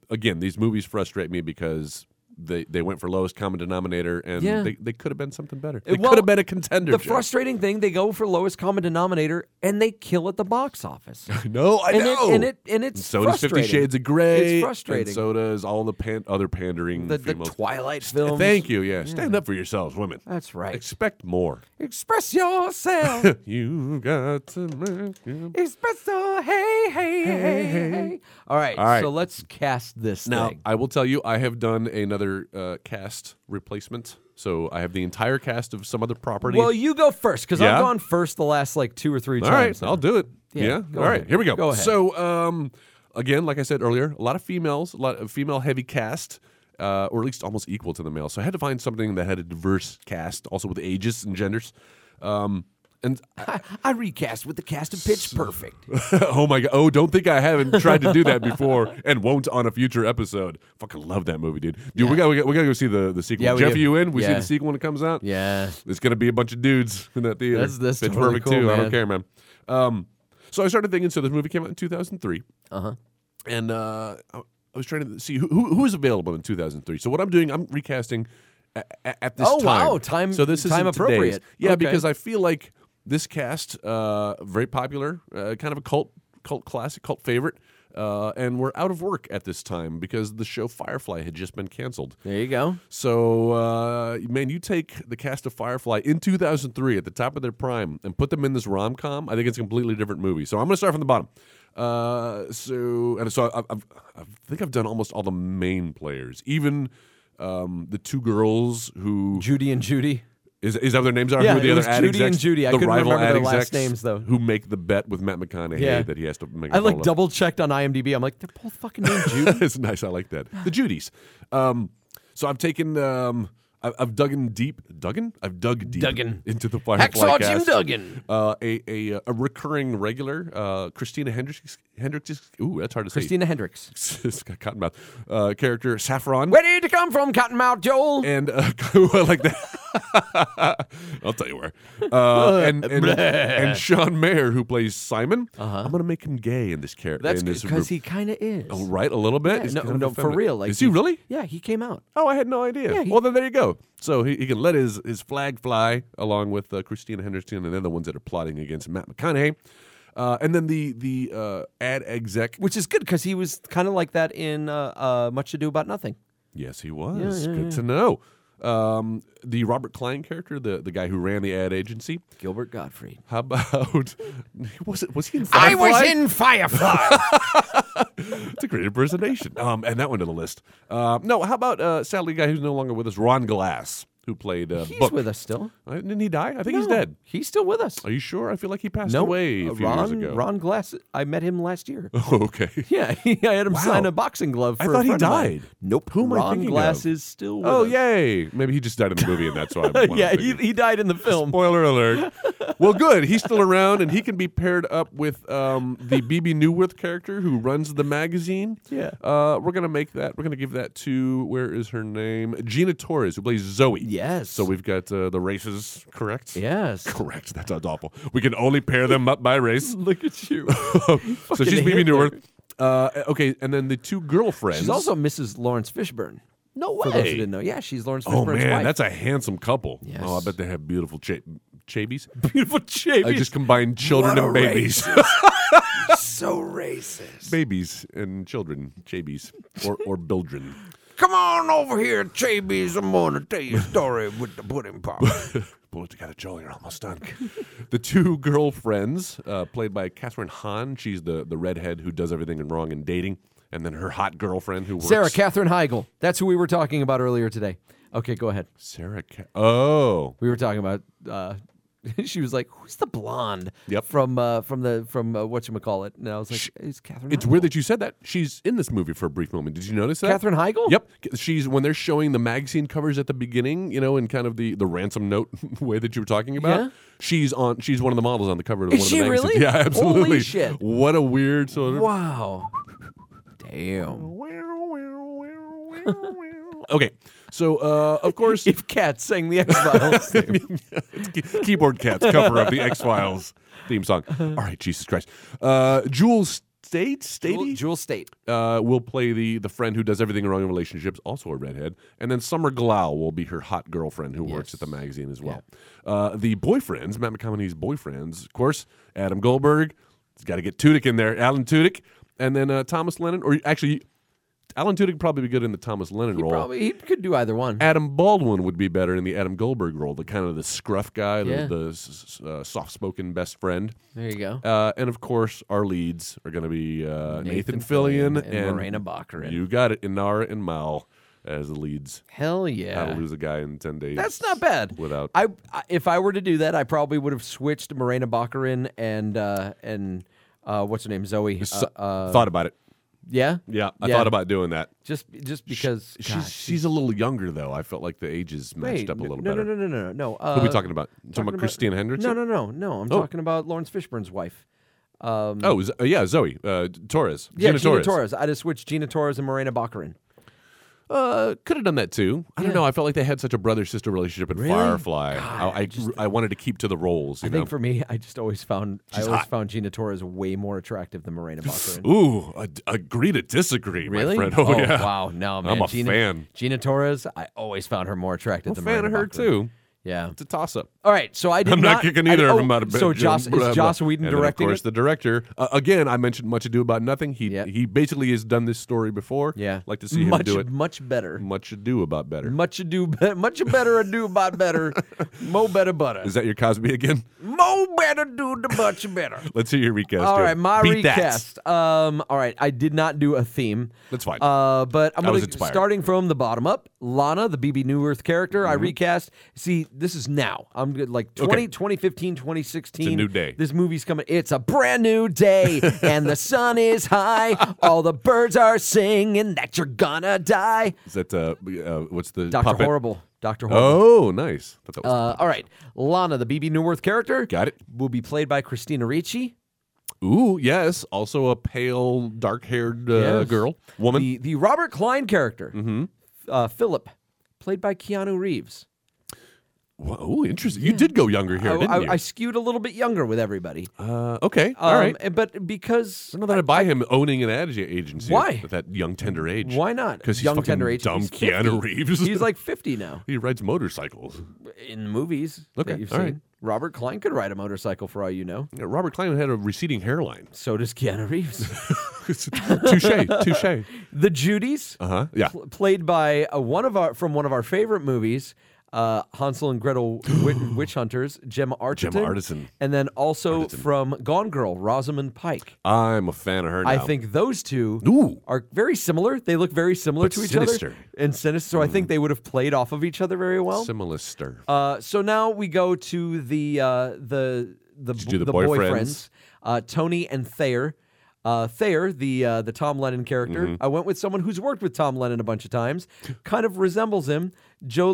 S3: again these movies frustrate me because they they went for lowest common denominator and
S4: Yeah.
S3: they, they could have been something better. They
S4: Well,
S3: could have been a contender.
S4: The
S3: Jeff.
S4: frustrating thing, they go for lowest common denominator and they kill at the box office.
S3: no, I
S4: and
S3: know.
S4: It, and it and it's
S3: so does Fifty
S4: frustrating.
S3: Shades of Grey.
S4: It's frustrating.
S3: And so does all the pan- other pandering
S4: the, the
S3: female
S4: Twilight films.
S3: Thank you. Yeah, stand up for yourselves, women.
S4: That's right.
S3: Expect more.
S4: Express yourself.
S3: You got to make it.
S4: Express your hey hey hey hey. All right,
S3: All right.
S4: So let's cast this
S3: Now,
S4: thing.
S3: I will tell you, I have done another uh, cast replacement. So I have the entire cast of some other property.
S4: Well, you go first because
S3: Yeah?
S4: I've gone first the last like two or three
S3: All right,
S4: times.
S3: I'll do it.
S4: Yeah,
S3: Yeah.
S4: go
S3: All right,
S4: ahead.
S3: here we go.
S4: Go ahead.
S3: So, um, Again, like I said earlier, a lot of females, a lot of female heavy cast, uh, or at least almost equal to the male. So I had to find something that had a diverse cast, also with ages and genders. Um, and
S4: I, I recast with the cast of Pitch Perfect.
S3: oh my god! Oh, don't think I haven't tried to do that before and won't on a future episode. Fucking love that movie, dude. Dude, we got we got we gotta go see the the sequel.
S4: Yeah, we
S3: Jeff,
S4: do.
S3: you in? We see
S4: Yeah.
S3: the sequel when it comes out.
S4: Yeah.
S3: It's gonna be a bunch of dudes in that theater.
S4: That's- that's
S3: Pitch
S4: totally
S3: perfect
S4: cool,
S3: too. I don't
S4: man.
S3: care, man. Um, so I started thinking. So this movie came out in two thousand three. Uh
S4: Uh-huh.
S3: huh. And uh, I I was trying to see who who, who is available in two thousand three. So what I'm doing, I'm recasting at, at this
S4: Oh,
S3: time.
S4: wow. Time-
S3: So this is
S4: time appropriate.
S3: Yeah,
S4: Okay.
S3: because I feel like this cast, uh, very popular, uh, kind of a cult cult classic, cult favorite. Uh, and we're out of work at this time because the show Firefly had just been canceled.
S4: There you go.
S3: So, uh, man, you take the cast of Firefly in 2003 at the top of their prime and put them in this rom com. I think it's a completely different movie. So I'm going to start from the bottom. Uh, so, and so I, I've, I think I've done almost all the main players, even um, the two girls who
S4: Judy and Judy.
S3: is, is that what their names are?
S4: Yeah,
S3: who are the
S4: it
S3: other
S4: was
S3: ad
S4: Judy and
S3: execs?
S4: Judy. I
S3: the
S4: couldn't
S3: rival
S4: remember
S3: ad
S4: their last
S3: execs
S4: names, though.
S3: Who make the bet with Matt McConaughey
S4: Yeah.
S3: that he has to make?
S4: I
S3: it all
S4: like
S3: up.
S4: double checked on IMDb. I'm like, they're both fucking named Judy.
S3: it's nice. I like that. The Judies. Um, so I've taken. Um, I- I've dug in deep. Dug in? I've dug deep
S4: Duggan.
S3: into the Firefly
S4: Hacksaw
S3: cast.
S4: Jim Duggan.
S3: Uh, a, a a recurring regular, uh, Christina Hendricks. Hendricks. Ooh, that's hard to
S4: Christina Hendricks.
S3: say. It's got Cottonmouth. Uh, character Saffron.
S4: Where did you come from, Cottonmouth Joel?
S3: And uh, I like that. I'll tell you where. Uh, and, and, and Sean Mayer, who plays Simon. Uh-huh. I'm gonna make him gay in this character.
S4: That's
S3: in this
S4: because
S3: re-
S4: he kind of is.
S3: Oh, right, a little bit.
S4: Yeah,
S3: He's
S4: no,
S3: kind of
S4: no,
S3: a
S4: for
S3: femi-
S4: real. Like
S3: is he really?
S4: Yeah, he came out.
S3: Oh, I had no idea.
S4: Yeah, he-
S3: well, then there you go. So he, he can let his, his flag fly along with uh, Christina Henderson and then the ones that are plotting against Matt McConaughey. Uh, and then the the uh, ad exec.
S4: Which is good because he was kind of like that in uh, uh, Much Ado About Nothing.
S3: Yes, he was. Good to know. Um, the Robert Klein character, the, the guy who ran the ad agency.
S4: Gilbert Gottfried.
S3: How about was it was he in
S4: I was
S3: Firefly?
S4: in Firefly.
S3: It's a great impersonation. Um, and that went to the list. Uh, no, how about uh, sadly, the guy who's no longer with us, Ron Glass, who played uh,
S4: He's
S3: Book.
S4: with us still.
S3: Uh, Didn't he die? I think he's
S4: No,
S3: dead.
S4: He's still with us.
S3: Are you sure? I feel like he passed
S4: No,
S3: away
S4: uh,
S3: a few
S4: Ron,
S3: years ago. Oh,
S4: Ron Glass. I met him last year.
S3: okay.
S4: Yeah, I had him
S3: Wow.
S4: sign a boxing glove.
S3: I
S4: For a
S3: thought he
S4: friend of mine.
S3: died.
S4: Nope.
S3: Who am I
S4: Ron
S3: thinking
S4: Glass
S3: of?
S4: is still. With
S3: Oh
S4: us.
S3: yay! Maybe he just died in the movie, and that's why. I'm- why I'm
S4: yeah, he,
S3: thinking.
S4: he died in the film.
S3: Spoiler alert. well, good. He's still around, and he can be paired up with um, the BB Newworth character who runs the magazine.
S4: Yeah.
S3: Uh, we're gonna make that. We're gonna give that to where is her name? Gina Torres, who plays Zoe.
S4: Yes.
S3: So we've got uh, the races correct.
S4: Yes.
S3: Correct. That sounds awful. We can only pair them up by race.
S4: Look at you.
S3: so she's BB
S4: hit
S3: Newworth. Uh, okay, and then the two girlfriends.
S4: She's also Mrs. Lawrence Fishburne. No way. For those who didn't know, yeah, she's Lawrence
S3: Oh
S4: Fishburne's
S3: man,
S4: wife.
S3: that's a handsome couple.
S4: Yes.
S3: Oh, I bet they have beautiful cha- chabies.
S4: beautiful shape.
S3: I just combined children
S4: What
S3: and
S4: a
S3: babies,
S4: so racist.
S3: babies and children, chabies or or bildren.
S4: Come on over here, Chabies. I'm gonna tell you a story with the pudding pop.
S3: Pull it together, Joel. You're almost done. the two girlfriends, uh, played by Catherine Hahn. She's the the redhead who does everything wrong in dating, and then her hot girlfriend who works.
S4: Sarah Catherine Heigl. That's who we were talking about earlier today. Okay, go ahead.
S3: Sarah. Ca- oh,
S4: We were talking about. Uh, she was like, "Who's the blonde?"
S3: Yep.
S4: From uh, from the from uh, what you call it? And I was like, "It's Catherine."
S3: It's
S4: Heigl."
S3: weird that you said that. She's in this movie for a brief moment. Did you notice that?
S4: Katherine Heigl?
S3: Yep. She's when they're showing the magazine covers at the beginning, you know, in kind of the the ransom note way that you were talking about.
S4: Yeah.
S3: She's on. She's one of the models on the cover of
S4: Is
S3: one
S4: she
S3: of the magazines.
S4: really?
S3: Yeah, absolutely.
S4: Holy shit.
S3: What a weird sort of.
S4: Wow. Damn.
S3: Okay, so uh, of course,
S4: If Cat sang the X Files,
S3: It's key- keyboard cats cover of the X Files theme song.
S4: Uh-huh.
S3: All right, Jesus Christ. Uh, Jewel State, Stady,
S4: Jewel State.
S3: uh, will play the the friend who does everything wrong in relationships, also a redhead, and then Summer Glau will be her hot girlfriend who works at the magazine as well. Uh, the boyfriends, Matt McConaughey's boyfriends, of course, Adam Goldberg. He's got to get Tudyk in there, Alan Tudyk, and then uh, Thomas Lennon, or actually, Alan Tudyk would probably be good in the Thomas Lennon role.
S4: Probably he could do either one.
S3: Adam Baldwin would be better in the Adam Goldberg role, the kind of the scruff guy, the,
S4: Yeah.
S3: the s- s- uh, soft-spoken best friend.
S4: There you go.
S3: Uh, and of course, our leads are going to be uh, Nathan,
S4: Nathan
S3: Fillion
S4: Fillion and Morena Baccarin.
S3: You got it, Inara and Mal as the leads.
S4: Hell
S3: How
S4: yeah.
S3: to lose a guy in ten days?
S4: That's not bad.
S3: Without
S4: I, I, if I were to do that, I probably would have switched Morena Baccarin and uh, and uh, what's her name, Zoe. Uh,
S3: So-
S4: uh,
S3: thought about it.
S4: Yeah.
S3: Yeah, I thought about doing that.
S4: just just because
S3: she's
S4: God,
S3: she's, a little younger though. I felt like the ages matched
S4: wait,
S3: up a
S4: n-
S3: little
S4: no,
S3: better.
S4: No, no, no, no, no. Uh,
S3: Who are we talking about? You talking about Oh. Christine Hendricks?
S4: No, no, no, no. I'm talking about Lawrence Fishburne's wife. Um,
S3: Oh, Z- uh, yeah, Zoe uh, Torres.
S4: yeah,
S3: Gina, Torres.
S4: I'd have switched Gina Torres and Morena Baccarin.
S3: Uh, could have done that too. I don't know. I felt like they had such a brother sister relationship in Firefly. I, I, I wanted to keep to the roles. You
S4: I
S3: know?
S4: think for me, I just always found I always
S3: hot.
S4: found Gina Torres way more attractive than Morena Baccarin.
S3: Ooh, I d- agree to disagree,
S4: Really?
S3: my friend. Oh, yeah.
S4: wow. No, man.
S3: I'm a
S4: Gina,
S3: fan.
S4: Gina Torres, I always found her more attractive
S3: I'm a
S4: than
S3: fan of
S4: Morena
S3: her
S4: Baccarin.
S3: too.
S4: Yeah.
S3: It's a toss up.
S4: All right. So I did
S3: I'm not, kicking
S4: I-
S3: either
S4: oh,
S3: of them out of bed.
S4: So Joss,
S3: Blah, blah.
S4: is Joss Whedon
S3: and then,
S4: directing
S3: Of course,
S4: it?
S3: the director. Uh, again, I mentioned Much Ado About Nothing. He
S4: Yeah.
S3: he basically has done this story before.
S4: yeah.
S3: like to see
S4: much,
S3: him do it.
S4: Much better.
S3: Much Ado About Better.
S4: Much ado, be- much better ado about better. Mo better butter.
S3: Is that your Cosby again?
S4: Mo better do the much better.
S3: Let's hear your recast.
S4: All
S3: Joe.
S4: right, my
S3: Beat that.
S4: recast. Um, all right, I did not do a theme.
S3: That's fine.
S4: Uh, but I'm
S3: I was
S4: gonna
S3: inspired.
S4: starting from the bottom up. Lana, the BB New Earth character, I recast. See, this is now. I'm good, like 20,
S3: Mm-hmm. Okay.
S4: 2015, 2016.
S3: It's a new day.
S4: This movie's coming. It's a brand new day, and the sun is high. All the birds are singing that you're gonna die.
S3: Is that uh, uh, what's the
S4: Doctor
S3: puppet?
S4: Horrible. Doctor Horrible.
S3: Oh, nice. Thought that was-
S4: Uh, all right, Lana, the BB Newworth character,
S3: Got it.
S4: will be played by Christina Ricci,
S3: Ooh, yes. Also a pale, dark-haired uh,
S4: Yes.
S3: girl, woman. Mm-hmm.
S4: the the Robert Klein character, uh, Philip, played by Keanu Reeves.
S3: Whoa, interesting. You did go younger here,
S4: I,
S3: didn't you?
S4: I, I skewed a little bit younger with everybody.
S3: uh, okay, all right.
S4: Um, but because
S3: I don't know that I buy him owning an ad agency.
S4: Why?
S3: At that young tender age.
S4: why not?
S3: Because he's
S4: young
S3: fucking
S4: tender age,
S3: dumb
S4: he's 50.
S3: Keanu Reeves.
S4: he's like fifty now
S3: he rides motorcycles.
S4: in movies
S3: Okay,
S4: that you've
S3: all
S4: seen.
S3: right.
S4: Robert Klein could ride a motorcycle for all you know.
S3: Yeah, Robert Klein had a receding hairline.
S4: So does Keanu Reeves.
S3: touche, touche.
S4: the Judies,
S3: Uh huh. Yeah.
S4: pl- played by uh, one of our from one of our favorite movies, uh, Hansel and Gretel Witch, Witch Hunters, Gemma Arterton,
S3: Arterton.
S4: and then also from Gone Girl, Rosamund Pike.
S3: I'm a fan of her. Now.
S4: I think those two
S3: Ooh.
S4: are very similar. They look very similar
S3: But
S4: to each
S3: sinister. Mm-hmm.
S4: other and sinister. So I think they would have played off of each other very well.
S3: Similister.
S4: Uh, so now we go to the uh, the the,
S3: you do the boyfriends?
S4: uh, Tony and Thayer. Uh, Thayer, the uh, the Tom Lennon character,
S3: Mm-hmm.
S4: I went with someone who's worked with Tom Lennon a bunch of times, kind of resembles him, Joe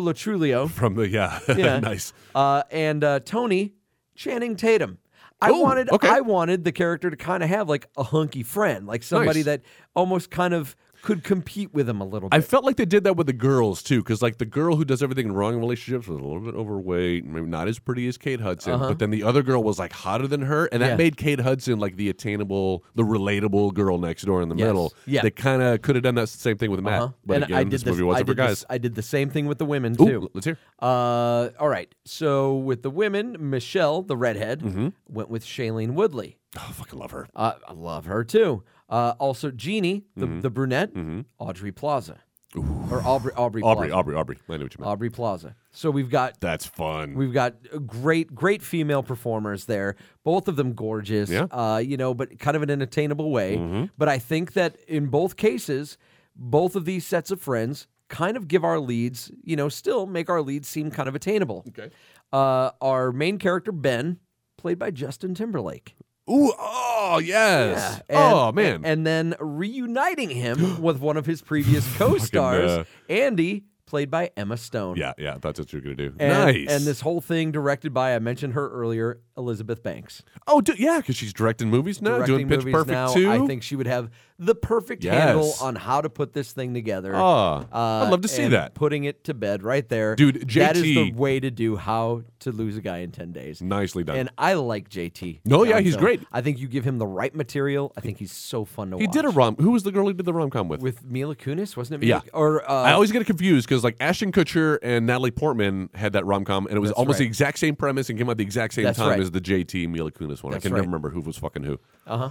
S4: Latrulio.
S3: From the yeah,
S4: Yeah.
S3: nice.
S4: Uh, and uh, Tony Channing Tatum. I
S3: Oh,
S4: wanted
S3: okay.
S4: I wanted the character to kind of have like a hunky friend, like somebody
S3: Nice.
S4: that almost kind of could compete with him a little bit.
S3: I felt like they did that with the girls too, because like the girl who does everything wrong in relationships was a little bit overweight, maybe not as pretty as Kate Hudson, but then the other girl was like hotter than her, and that
S4: Uh-huh. Yeah.
S3: made Kate Hudson like the attainable, the relatable girl next door in the
S4: Yes.
S3: middle.
S4: Yeah.
S3: they kind of could have done that same thing with Matt,
S4: Uh-huh.
S3: but
S4: and
S3: again,
S4: I did
S3: this movie
S4: I
S3: wasn't for
S4: did
S3: guys.
S4: This, I did the same thing with the women
S3: Ooh,
S4: too.
S3: let's hear.
S4: Uh, all right. So with the women, Michelle, the redhead, went with Shailene Woodley.
S3: Oh, fucking love her.
S4: Uh, I love her too. Uh, also Jeannie, the, the brunette, Audrey Plaza, or Aubrey
S3: Aubrey,
S4: Aubrey Plaza.
S3: Aubrey, Aubrey. I know what you meant.
S4: Aubrey Plaza. So we've got
S3: That's fun.
S4: We've got great, great female performers there. Both of them gorgeous,
S3: Yeah. Mm-hmm.
S4: uh, you know, but kind of in an attainable way. But I think that in both cases, both of these sets of friends kind of give our leads, you know, still make our leads seem kind of attainable.
S3: Okay.
S4: Uh, our main character, Ben, played by Justin Timberlake. Uh,
S3: Ooh, oh yes.
S4: And-
S3: oh man.
S4: And then reuniting him with one of his previous co stars,
S3: uh,
S4: Andy, played by Emma Stone.
S3: yeah, yeah. That's what you're gonna do.
S4: And,
S3: nice.
S4: And this whole thing directed by, I mentioned her earlier, Elizabeth Banks.
S3: Oh, dude, yeah, because she's directing movies now,
S4: Directing
S3: Ah, doing Pitch
S4: movies
S3: Perfect
S4: now,
S3: too.
S4: I think she would have the perfect
S3: Yes.
S4: handle on how to put this thing together. Uh,
S3: Ah, I'd love to see
S4: and
S3: that.
S4: Putting it to bed right there.
S3: Dude,
S4: That is the
S3: JT.
S4: way to do how to lose a guy in 10 days.
S3: Nicely done.
S4: And I like JT.
S3: No, yeah, he's
S4: Johnson.
S3: great.
S4: I think you give him the right material. I think he's so fun to
S3: He
S4: watch.
S3: did a rom. Who was the girl he did the rom com with?
S4: With Mila Kunis, wasn't it?
S3: Yeah.
S4: Mila, Or, uh,
S3: I always get it confused because like Ashton Kutcher and Natalie Portman had that rom com, and it was almost the
S4: right.
S3: exact same premise and came out the exact same
S4: That's
S3: time
S4: right.
S3: as the JT Mila Kunis one.
S4: That's
S3: I can
S4: right.
S3: never remember who was fucking who.
S4: Uh-huh.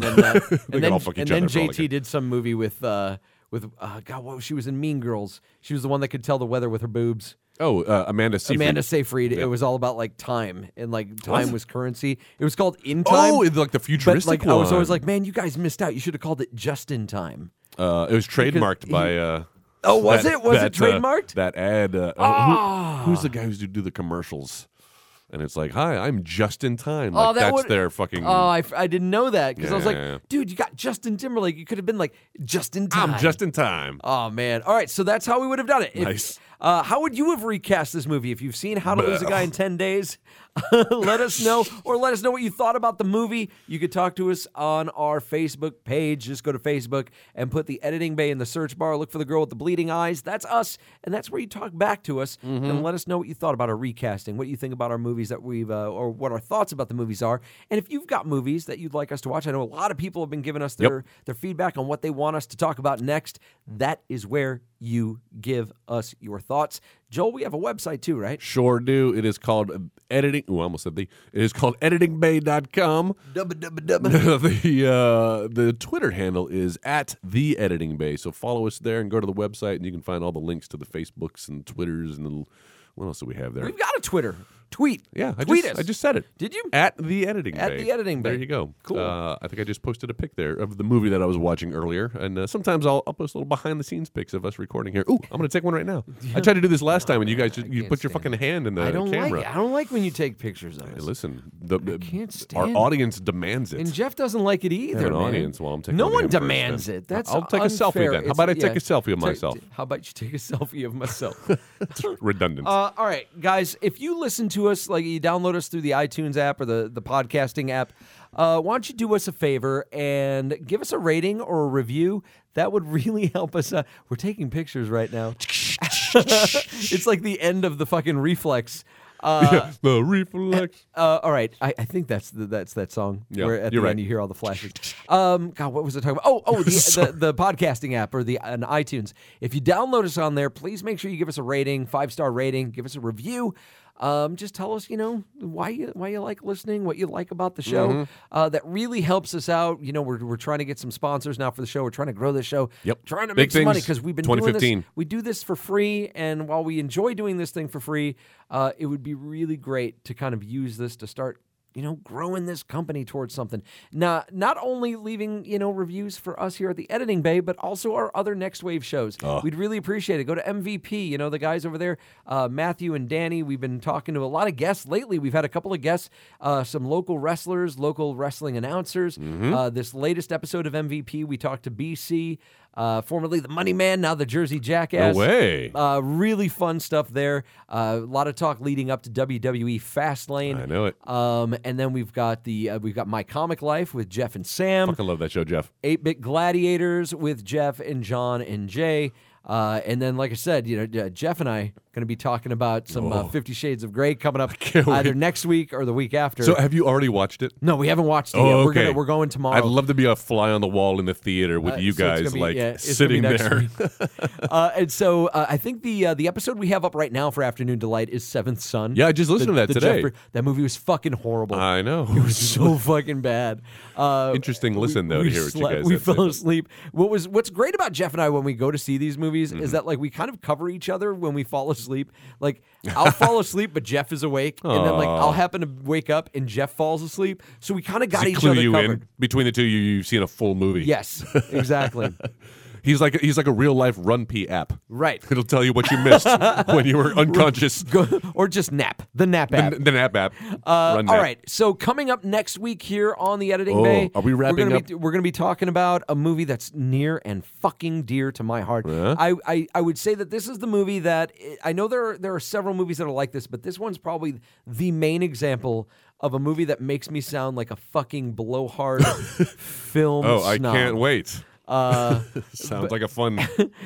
S4: then,
S3: They
S4: uh, and
S3: could
S4: then,
S3: all fuck
S4: and
S3: each
S4: then
S3: other for all I care.
S4: JT did some movie with uh, with uh, God. What she was in Mean Girls. She was the one that could tell the weather with her boobs.
S3: Oh, uh, Amanda Seyfried.
S4: Amanda Seyfried. It was all about like time and like time was currency. It was called In Time.
S3: Oh, it's like the
S4: but
S3: futuristic
S4: like
S3: one.
S4: I was always like, man, you guys missed out. You should have called it Just in Time.
S3: uh, it was trademarked
S4: he-
S3: by. Uh,
S4: Oh, was it? Was it
S3: that, uh,
S4: trademarked? Ah.
S3: that ad. Uh, oh, who- who's the guy who used to do the commercials? and it's like, "Hi, I'm just in time."
S4: Oh,
S3: Like
S4: that
S3: that's
S4: would-
S3: their fucking.
S4: Oh, I, f- I didn't know that because I was
S3: Yeah.
S4: like, dude, you got Justin Timberlake. You could have been like Justin time.
S3: I'm just in time.
S4: Oh man! All right, so that's how we would have done it. If-
S3: Nice.
S4: Uh, how would you have recast this movie if you've seen How to Lose a Guy in Ten Days? let us know, or let us know what you thought about the movie. You could talk to us on our Facebook page. Just go to Facebook and put the editing bay in the search bar. Look for the girl with the bleeding eyes. That's us, and that's where you talk back to us and let us know what you thought about our recasting, what you think about our movies that we've, uh, or what our thoughts about the movies are, and if you've got movies that you'd like us to watch. I know a lot of people have been giving us their their feedback on what they want us to talk about next. That is where you give us your thoughts. Joel, we have a website too, right?
S3: Sure do. It is called editing. Oh, I almost said the. It is called editingbay.com. the uh, the Twitter handle is at the editing bay. So follow us there and go to the website, and you can find all the links to the Facebooks and Twitters and the, what else do we have there?
S4: We've got a Twitter. Tweet.
S3: yeah, I
S4: Tweet
S3: just,
S4: us.
S3: I just said it.
S4: Did you?
S3: At the editing
S4: At
S3: bay.
S4: the editing
S3: There
S4: bay.
S3: you go.
S4: Cool.
S3: Uh, I think I just posted a pic there of the movie that I was watching earlier, and uh, sometimes I'll, I'll post little behind the scenes pics of us recording here. Ooh, I'm gonna take one right now. I tried to do this last time, and you guys just, you
S4: can't
S3: put your
S4: stand
S3: fucking hand in the
S4: I don't
S3: camera.
S4: like. I don't like when you take pictures of
S3: Hey,
S4: us.
S3: listen, the, the-
S4: can't
S3: our
S4: stand
S3: audience demands it.
S4: And Jeff doesn't like it either.
S3: have an
S4: man.
S3: audience while I'm taking
S4: No
S3: a
S4: one
S3: damn break,
S4: demands
S3: then.
S4: it. That's
S3: I'll take a selfie
S4: unfair.
S3: then. How
S4: It's-
S3: about I take a selfie of
S4: Ta-
S3: myself?
S4: ta- How about you take a selfie of myself?
S3: Redundant.
S4: Uh, all right, guys. If you listen to us, like you download us through the iTunes app or the the podcasting app, uh, why don't you do us a favor and give us a rating or a review? That would really help us. Uh, we're taking pictures right now. it's like the end of the fucking reflex. Uh,
S3: the reflex.
S4: uh, all right, I, I think that's the, that's that song
S3: Yeah,
S4: where at
S3: you're
S4: the
S3: right.
S4: end you hear all the flashes. Um, God, what was I talking about? Oh, oh, the, the, the podcasting app or the on iTunes. If you download us on there, please make sure you give us a rating, five star rating, give us a review. Um, just tell us, you know, why you why you like listening, what you like about the show.
S3: Mm-hmm.
S4: Uh, that really helps us out. You know, we're, we're trying to get some sponsors now for the show. We're trying to grow the show.
S3: Yep.
S4: Trying to
S3: Big
S4: make some money
S3: things.
S4: because we've been doing this
S3: 2015.
S4: we do this for free, and while we enjoy doing this thing for free, uh, it would be really great to kind of use this to start, you know, growing this company towards something. Now, not only leaving you know reviews for us here at the Editing Bay, but also our other Next Wave shows.
S3: Ah.
S4: We'd really appreciate it. Go to MVP. You know, the guys over there, uh, Matthew and Danny. We've been talking to a lot of guests lately. We've had a couple of guests, uh, some local wrestlers, local wrestling announcers.
S3: Mm-hmm.
S4: Uh, this latest episode of MVP, we talked to BC. Uh, formerly the Money Man, now the Jersey Jackass.
S3: No way.
S4: Uh, really fun stuff there. Uh, a lot of talk leading up to WWE Fastlane.
S3: I know it.
S4: Um, and then we've got the uh, we've got My Comic Life with Jeff and Sam,
S3: Fucking love that show, Jeff.
S4: Eight Bit Gladiators with Jeff and John and Jay. Uh, and then, like I said, you know, uh, Jeff and I going to be talking about some uh, Fifty Shades of Grey coming up
S3: Oh. can't wait.
S4: either next week or the week after.
S3: So, have you already watched it?
S4: no, we haven't watched it
S3: Oh,
S4: yet. We're,
S3: okay.
S4: gonna, we're going tomorrow.
S3: I'd love to be a fly on the wall in the theater with
S4: Uh,
S3: you
S4: so it's
S3: guys,
S4: gonna be-
S3: like
S4: yeah, it's gonna be
S3: sitting
S4: next
S3: there.
S4: week. uh, and so uh, I think the uh, the episode we have up right now for Afternoon Delight is Seventh Son.
S3: Yeah, I just listened
S4: The-
S3: to that
S4: the
S3: today.
S4: Jeff Br- that movie was fucking horrible.
S3: I know.
S4: it was so fucking bad. Uh,
S3: Interesting listen, though, to hear what you guys
S4: We
S3: had to say
S4: fell
S3: about it.
S4: asleep. What was what's great about Jeff and I when we go to see these movies is
S3: Mm-hmm.
S4: that like we kind of cover each other when we fall asleep. Like I'll fall asleep, but Jeff is awake, and then like
S3: Aw.
S4: I'll happen to wake up and Jeff falls asleep. So we kind of got
S3: To
S4: each
S3: clue
S4: other
S3: you
S4: covered.
S3: in between the two, you you've seen a full movie.
S4: Yes, exactly.
S3: he's like he's like a real life run P app.
S4: Right.
S3: it'll tell you what you missed when you were unconscious.
S4: Go, or just nap. The nap app.
S3: The, the nap app.
S4: Uh,
S3: Run
S4: all
S3: nap.
S4: right. So coming up next week here on the editing
S3: Oh,
S4: bay,
S3: are we
S4: we're gonna
S3: wrapping
S4: Be, we're going to be talking about a movie that's near and fucking dear to my heart.
S3: Yeah?
S4: I, I I would say that this is the movie that I know there are, there are several movies that are like this, but this one's probably the main example of a movie that makes me sound like a fucking blowhard film.
S3: Oh, I
S4: snob.
S3: can't wait.
S4: Uh,
S3: Sounds like a fun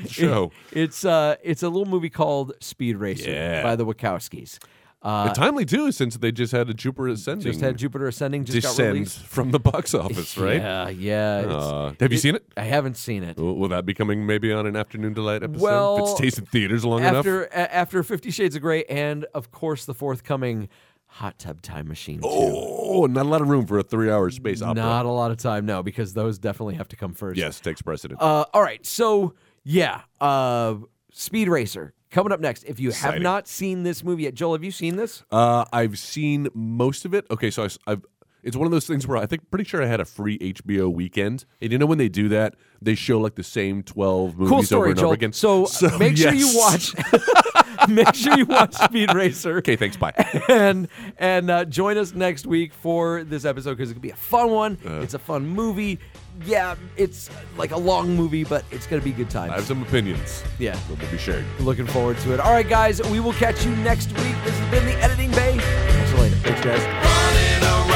S3: show.
S4: it's uh it's a little movie called Speed Racer
S3: Yeah.
S4: by the Wachowskis. Uh,
S3: And timely too, since they just had a Jupiter ascending
S4: just had Jupiter Ascending just got
S3: descend
S4: released.
S3: from the box office, right?
S4: Yeah, yeah. it's-
S3: Uh, have you seen it?
S4: I haven't seen it.
S3: Will will that be coming maybe on an afternoon delight episode? if
S4: Well,
S3: it stays in theaters long
S4: After
S3: enough.
S4: a- after Fifty Shades of Grey and of course the forthcoming Hot Tub Time Machine. two.
S3: Oh, not a lot of room for a three-hour space opera.
S4: Not a lot of time, no, because those definitely have to come first.
S3: yes, takes precedent.
S4: Uh, all right, so yeah, uh, Speed Racer coming up next. If you have
S3: Exciting.
S4: not seen this movie yet, Joel, have you seen this?
S3: Uh, I've seen most of it. Okay, so I, have It's one of those things where I think pretty sure I had a free HBO weekend, and you know when they do that, they show like the same twelve movies
S4: Cool story,
S3: over and
S4: Joel.
S3: over again.
S4: So, make sure you
S3: yes.
S4: watch. make sure you watch Speed Racer.
S3: Okay, thanks. Bye.
S4: and and uh, join us next week for this episode because it could be a fun one. it's a fun movie. Yeah, it's uh, like a long movie, but it's gonna be good times.
S3: I have some opinions.
S4: Yeah.
S3: that will be shared.
S4: Looking forward to it. All right, guys, we will catch you next week. This has been the Editing Bay. Catch you later. Thanks, guys.